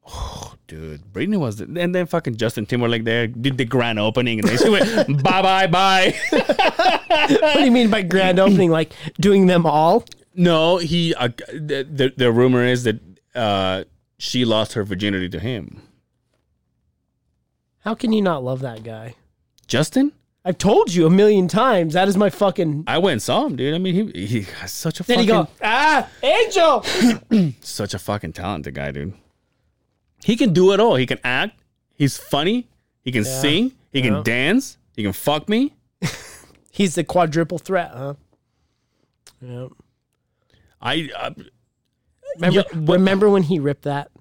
Oh, dude, Britney was, the, and then fucking Justin Timberlake there did the grand opening, and then she went bye bye bye.
What do you mean by grand opening? Like doing them all?
No, he. Uh, the, the the rumor is that uh, she lost her virginity to him.
How can you not love that guy?
Justin,
I've told you a million times. That is my fucking.
I went and saw him, dude. I mean, he he has such a
Then he
fucking
go, ah, Angel.
such a fucking talented guy, dude. He can do it all. He can act. He's funny. He can sing. He can dance. He can fuck me.
He's the quadruple threat, huh? Yeah.
I. Uh,
Remember, remember when he ripped that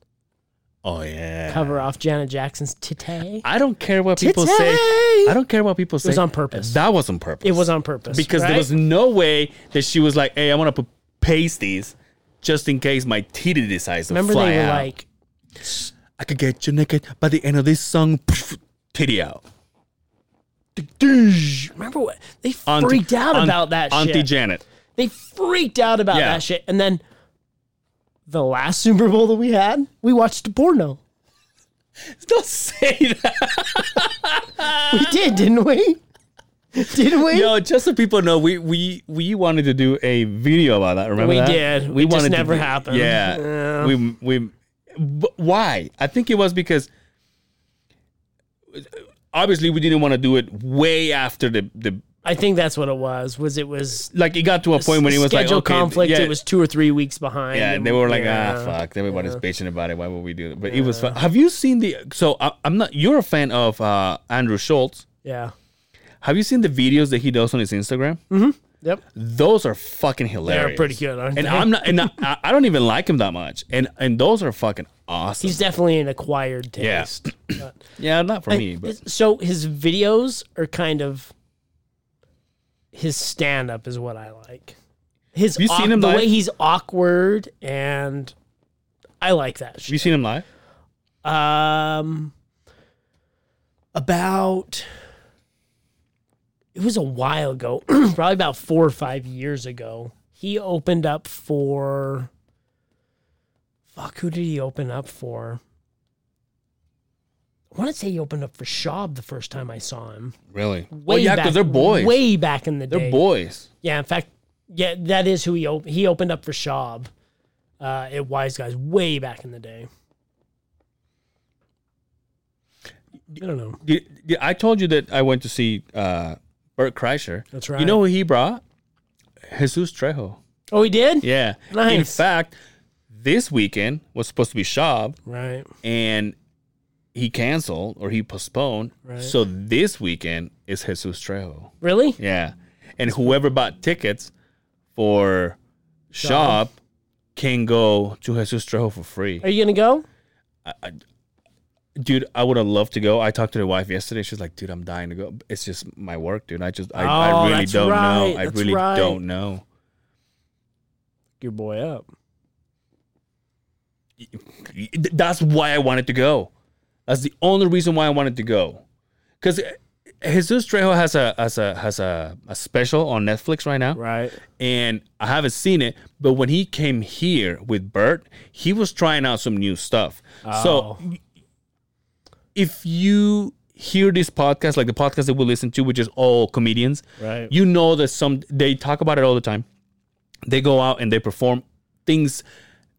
oh yeah.
cover off Janet Jackson's Titty?
I don't care what people say.
Titty.
I don't care what people say.
was on purpose.
That was on purpose.
It was on purpose.
because there
right?
was no way that she was like, "Hey, I want to put pasties just in case my titty decides to
Remember
fly
they were
out.
like,
I could get you naked by the end of this song, titty out."
remember what? They freaked out
Aunt-
about that
Auntie
shit.
Janet.
they freaked out about
Yeah.
that shit. And then the last Super Bowl that we had, we watched a porno.
Don't say that.
We did, didn't we? Didn't we?
Yo, just so people know, we we we wanted to do a video about that. Remember
We
that?
did. It just never
do-
happened.
Yeah.
Yeah.
We we. But why? I think it was because obviously we didn't want to do it way after the the
I think that's what it was. Was it was
like it got to a point when it was like
schedule
okay,
conflict?
yeah,
It was two or three weeks behind.
yeah,
and-
they were like,
yeah.
ah, fuck, everybody's bitching about it. Why would we do it? But it was fun. Have you seen the? So I, I'm not. You're a fan of uh, Andrew Schultz.
Yeah.
Have you seen the videos that he does on his Instagram?
Yep.
Those are fucking hilarious.
Hmm. They're pretty good, aren't
And
they?
I'm not. And I, I don't even like him that much. And and those are fucking awesome.
He's definitely an acquired
yeah,
taste.
yeah, not for me, but
So his videos are kind of his stand up is what I like. His
Have you seen
awk-
him
the
live?
way he's awkward and I like that
have you
shit.
seen him live?
Um about it was a while ago, probably about 4 or 5 years ago. He opened up for fuck who did he open up for? I want to say he opened up for Shaab the first time I saw him
Really?
way
oh yeah,
back,
because they're boys.
Way back in the day.
they're boys.
Yeah, in fact, yeah, that is who he op- he opened up for Shaab uh, at Wise Guys way back in the day. I don't know.
Did- did- I told you that I went to see uh, Bert Kreischer.
That's
You
right.
know who he brought? Jesus Trejo.
Oh, he did.
Yeah. In
Nice.
fact, this weekend was supposed to be Shab,
Right.
and he canceled or he postponed.
Right.
So this weekend is Jesus Trejo.
Really?
Yeah. And whoever bought tickets for Shab can go to Jesus Trejo for free.
Are you gonna go?
I, I, dude, I would have loved to go. I talked to the wife yesterday. She's like, dude, I'm dying to go. It's just my work, dude. I just, I,
Oh,
I really
that's
don't
right,
know. I
that's
really
right.
don't know.
Your boy up.
Th- That's why I wanted to go. That's the only reason why I wanted to go. Because Jesus Trejo has a has a has a, a special on Netflix right now.
Right.
and I haven't seen it. But when he came here with Bert, he was trying out some new stuff.
Oh.
So if you hear this podcast, like the podcast that we listen to, which is all comedians,
Right.
you know that some they talk about it all the time. They go out and they perform things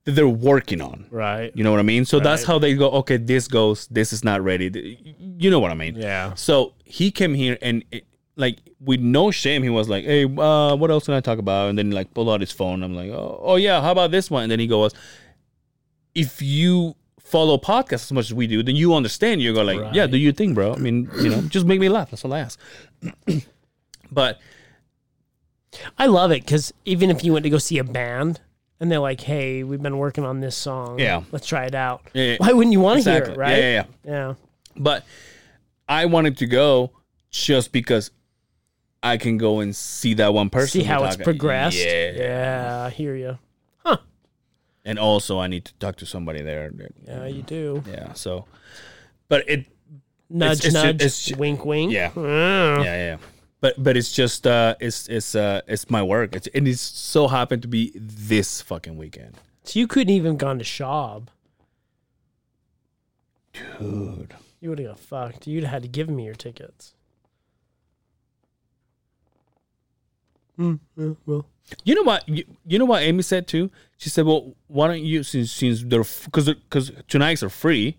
that they're working on.
Right.
You know what I mean? So that's how they go, okay, this goes, this is not ready. Th- You know what I mean?
Yeah.
So he came here and it, like with no shame, he was like, "Hey, uh, what else can I talk about?" And then like pull out his phone. I'm like, "Oh, oh yeah, how about this one?" And then he goes, "If you follow podcasts as much as we do, then you understand." You go like, "Yeah, do your thing, bro." I mean, you know, just make me laugh. That's all I ask. but
I love it because even if you went to go see a band and they're like, "Hey, we've been working on this song.
Yeah.
let's try it out."
Yeah, yeah.
Why wouldn't you want to
exactly,
hear it? Right?
yeah, yeah, yeah.
yeah.
But I wanted to go just because I can go and see that one person.
See how
we're
it's
talking-
progressed.
Yeah.
yeah, I hear you.
And also, I need to talk to somebody there.
Yeah, you do.
Yeah. So, but it,
Nudge,
it's ju-
nudge,
it's ju-
wink, wink.
yeah.
Mm.
yeah, yeah. But but it's just uh, it's it's uh, it's my work. It's and it's so happened to be this fucking weekend,
So you couldn't even gone to Shaab.
dude.
You would have got fucked. You'd have had to give me your tickets. Mm, yeah, well,
You know what? You, you know what Amy said too. She said, "Well, why don't you since since they're because because tonight's are free,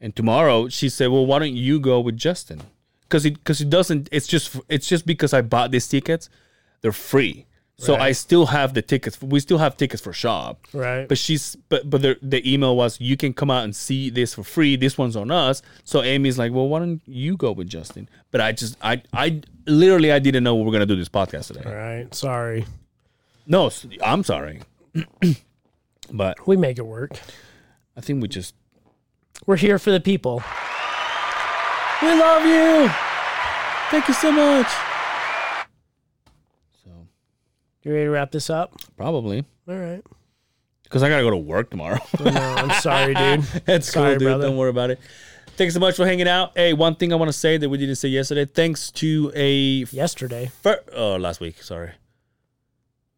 and tomorrow she said, well, why don't you go with Justin? Because it because it doesn't. It's just it's just because I bought these tickets, they're free. So I still have the tickets. We still have tickets for shop.
right.
But she's but but the the email was you can come out and see this for free. This one's on us. So Amy's like, well, why don't you go with Justin? But I just I I literally I didn't know we were gonna do this podcast today.
All right. Sorry.
No, s- I'm sorry, but
We make it work.
I think we just
We're here for the people.
we love you. Thank you so much. So
You ready to wrap this up?
probably
All right.
because I gotta go to work tomorrow.
Oh, No, I'm sorry, dude.
That's
Sorry,
cool, dude.
brother.
Don't worry about it. Thanks so much for hanging out. Hey, one thing I want to say that we didn't say yesterday. Thanks to a
Yesterday.
Fir- oh, last week. Sorry.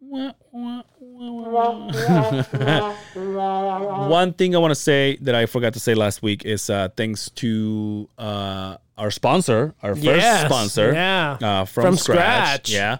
One thing I want to say that I forgot to say last week is uh, thanks to uh, our sponsor, our first
Yes,
sponsor,
yeah.
uh, from,
From
scratch.
scratch.
Yeah,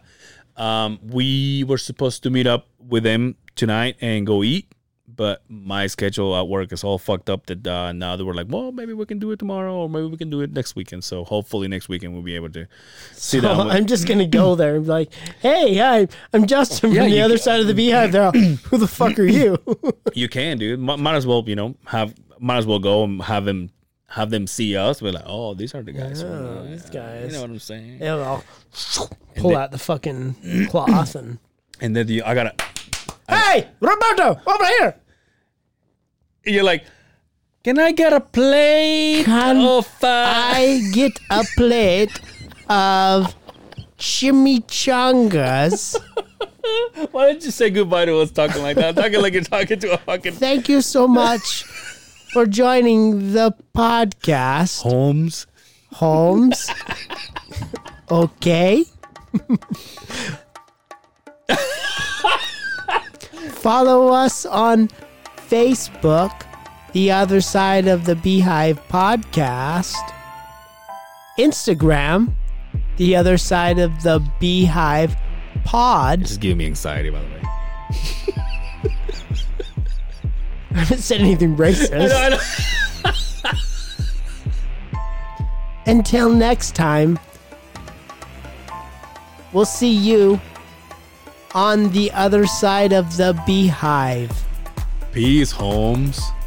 um, we were supposed to meet up with them tonight and go eat, but my schedule at work is all fucked up. That uh, now they were like, well, maybe we can do it tomorrow, or maybe we can do it next weekend. So hopefully next weekend we'll be able to see that.
Well,
one.
I'm just gonna go there and be like, "Hey, hi, I'm Justin
Yeah,
from the
you
other
can-
side of the beehive." They're all, "Who the fuck are you?"
You can, dude. M- might as well, you know, have might as well go and have them have them see us. We're like, oh, these are the guys. from,
Oh,
uh,
these
You
guys.
know what I'm saying?
They'll all pull out the fucking cloth and,
And then you, I gotta.
"Hey, Roberto, over here."
You're like, can I get a plate
Can
of? Uh,
I get a plate of chimichangas.
why don't you say goodbye to us talking like that? talking like you're talking to a fucking
Thank you so much for joining the podcast.
Holmes.
Holmes. okay. Follow us on Facebook, The Other Side of the Beehive Podcast, Instagram, The Other Side of the Beehive Pod.
Just giving me anxiety, by the way.
I haven't said anything
I know,
racist.
I know.
Until next time, we'll see you on the other side of the beehive.
Peace, Holmes.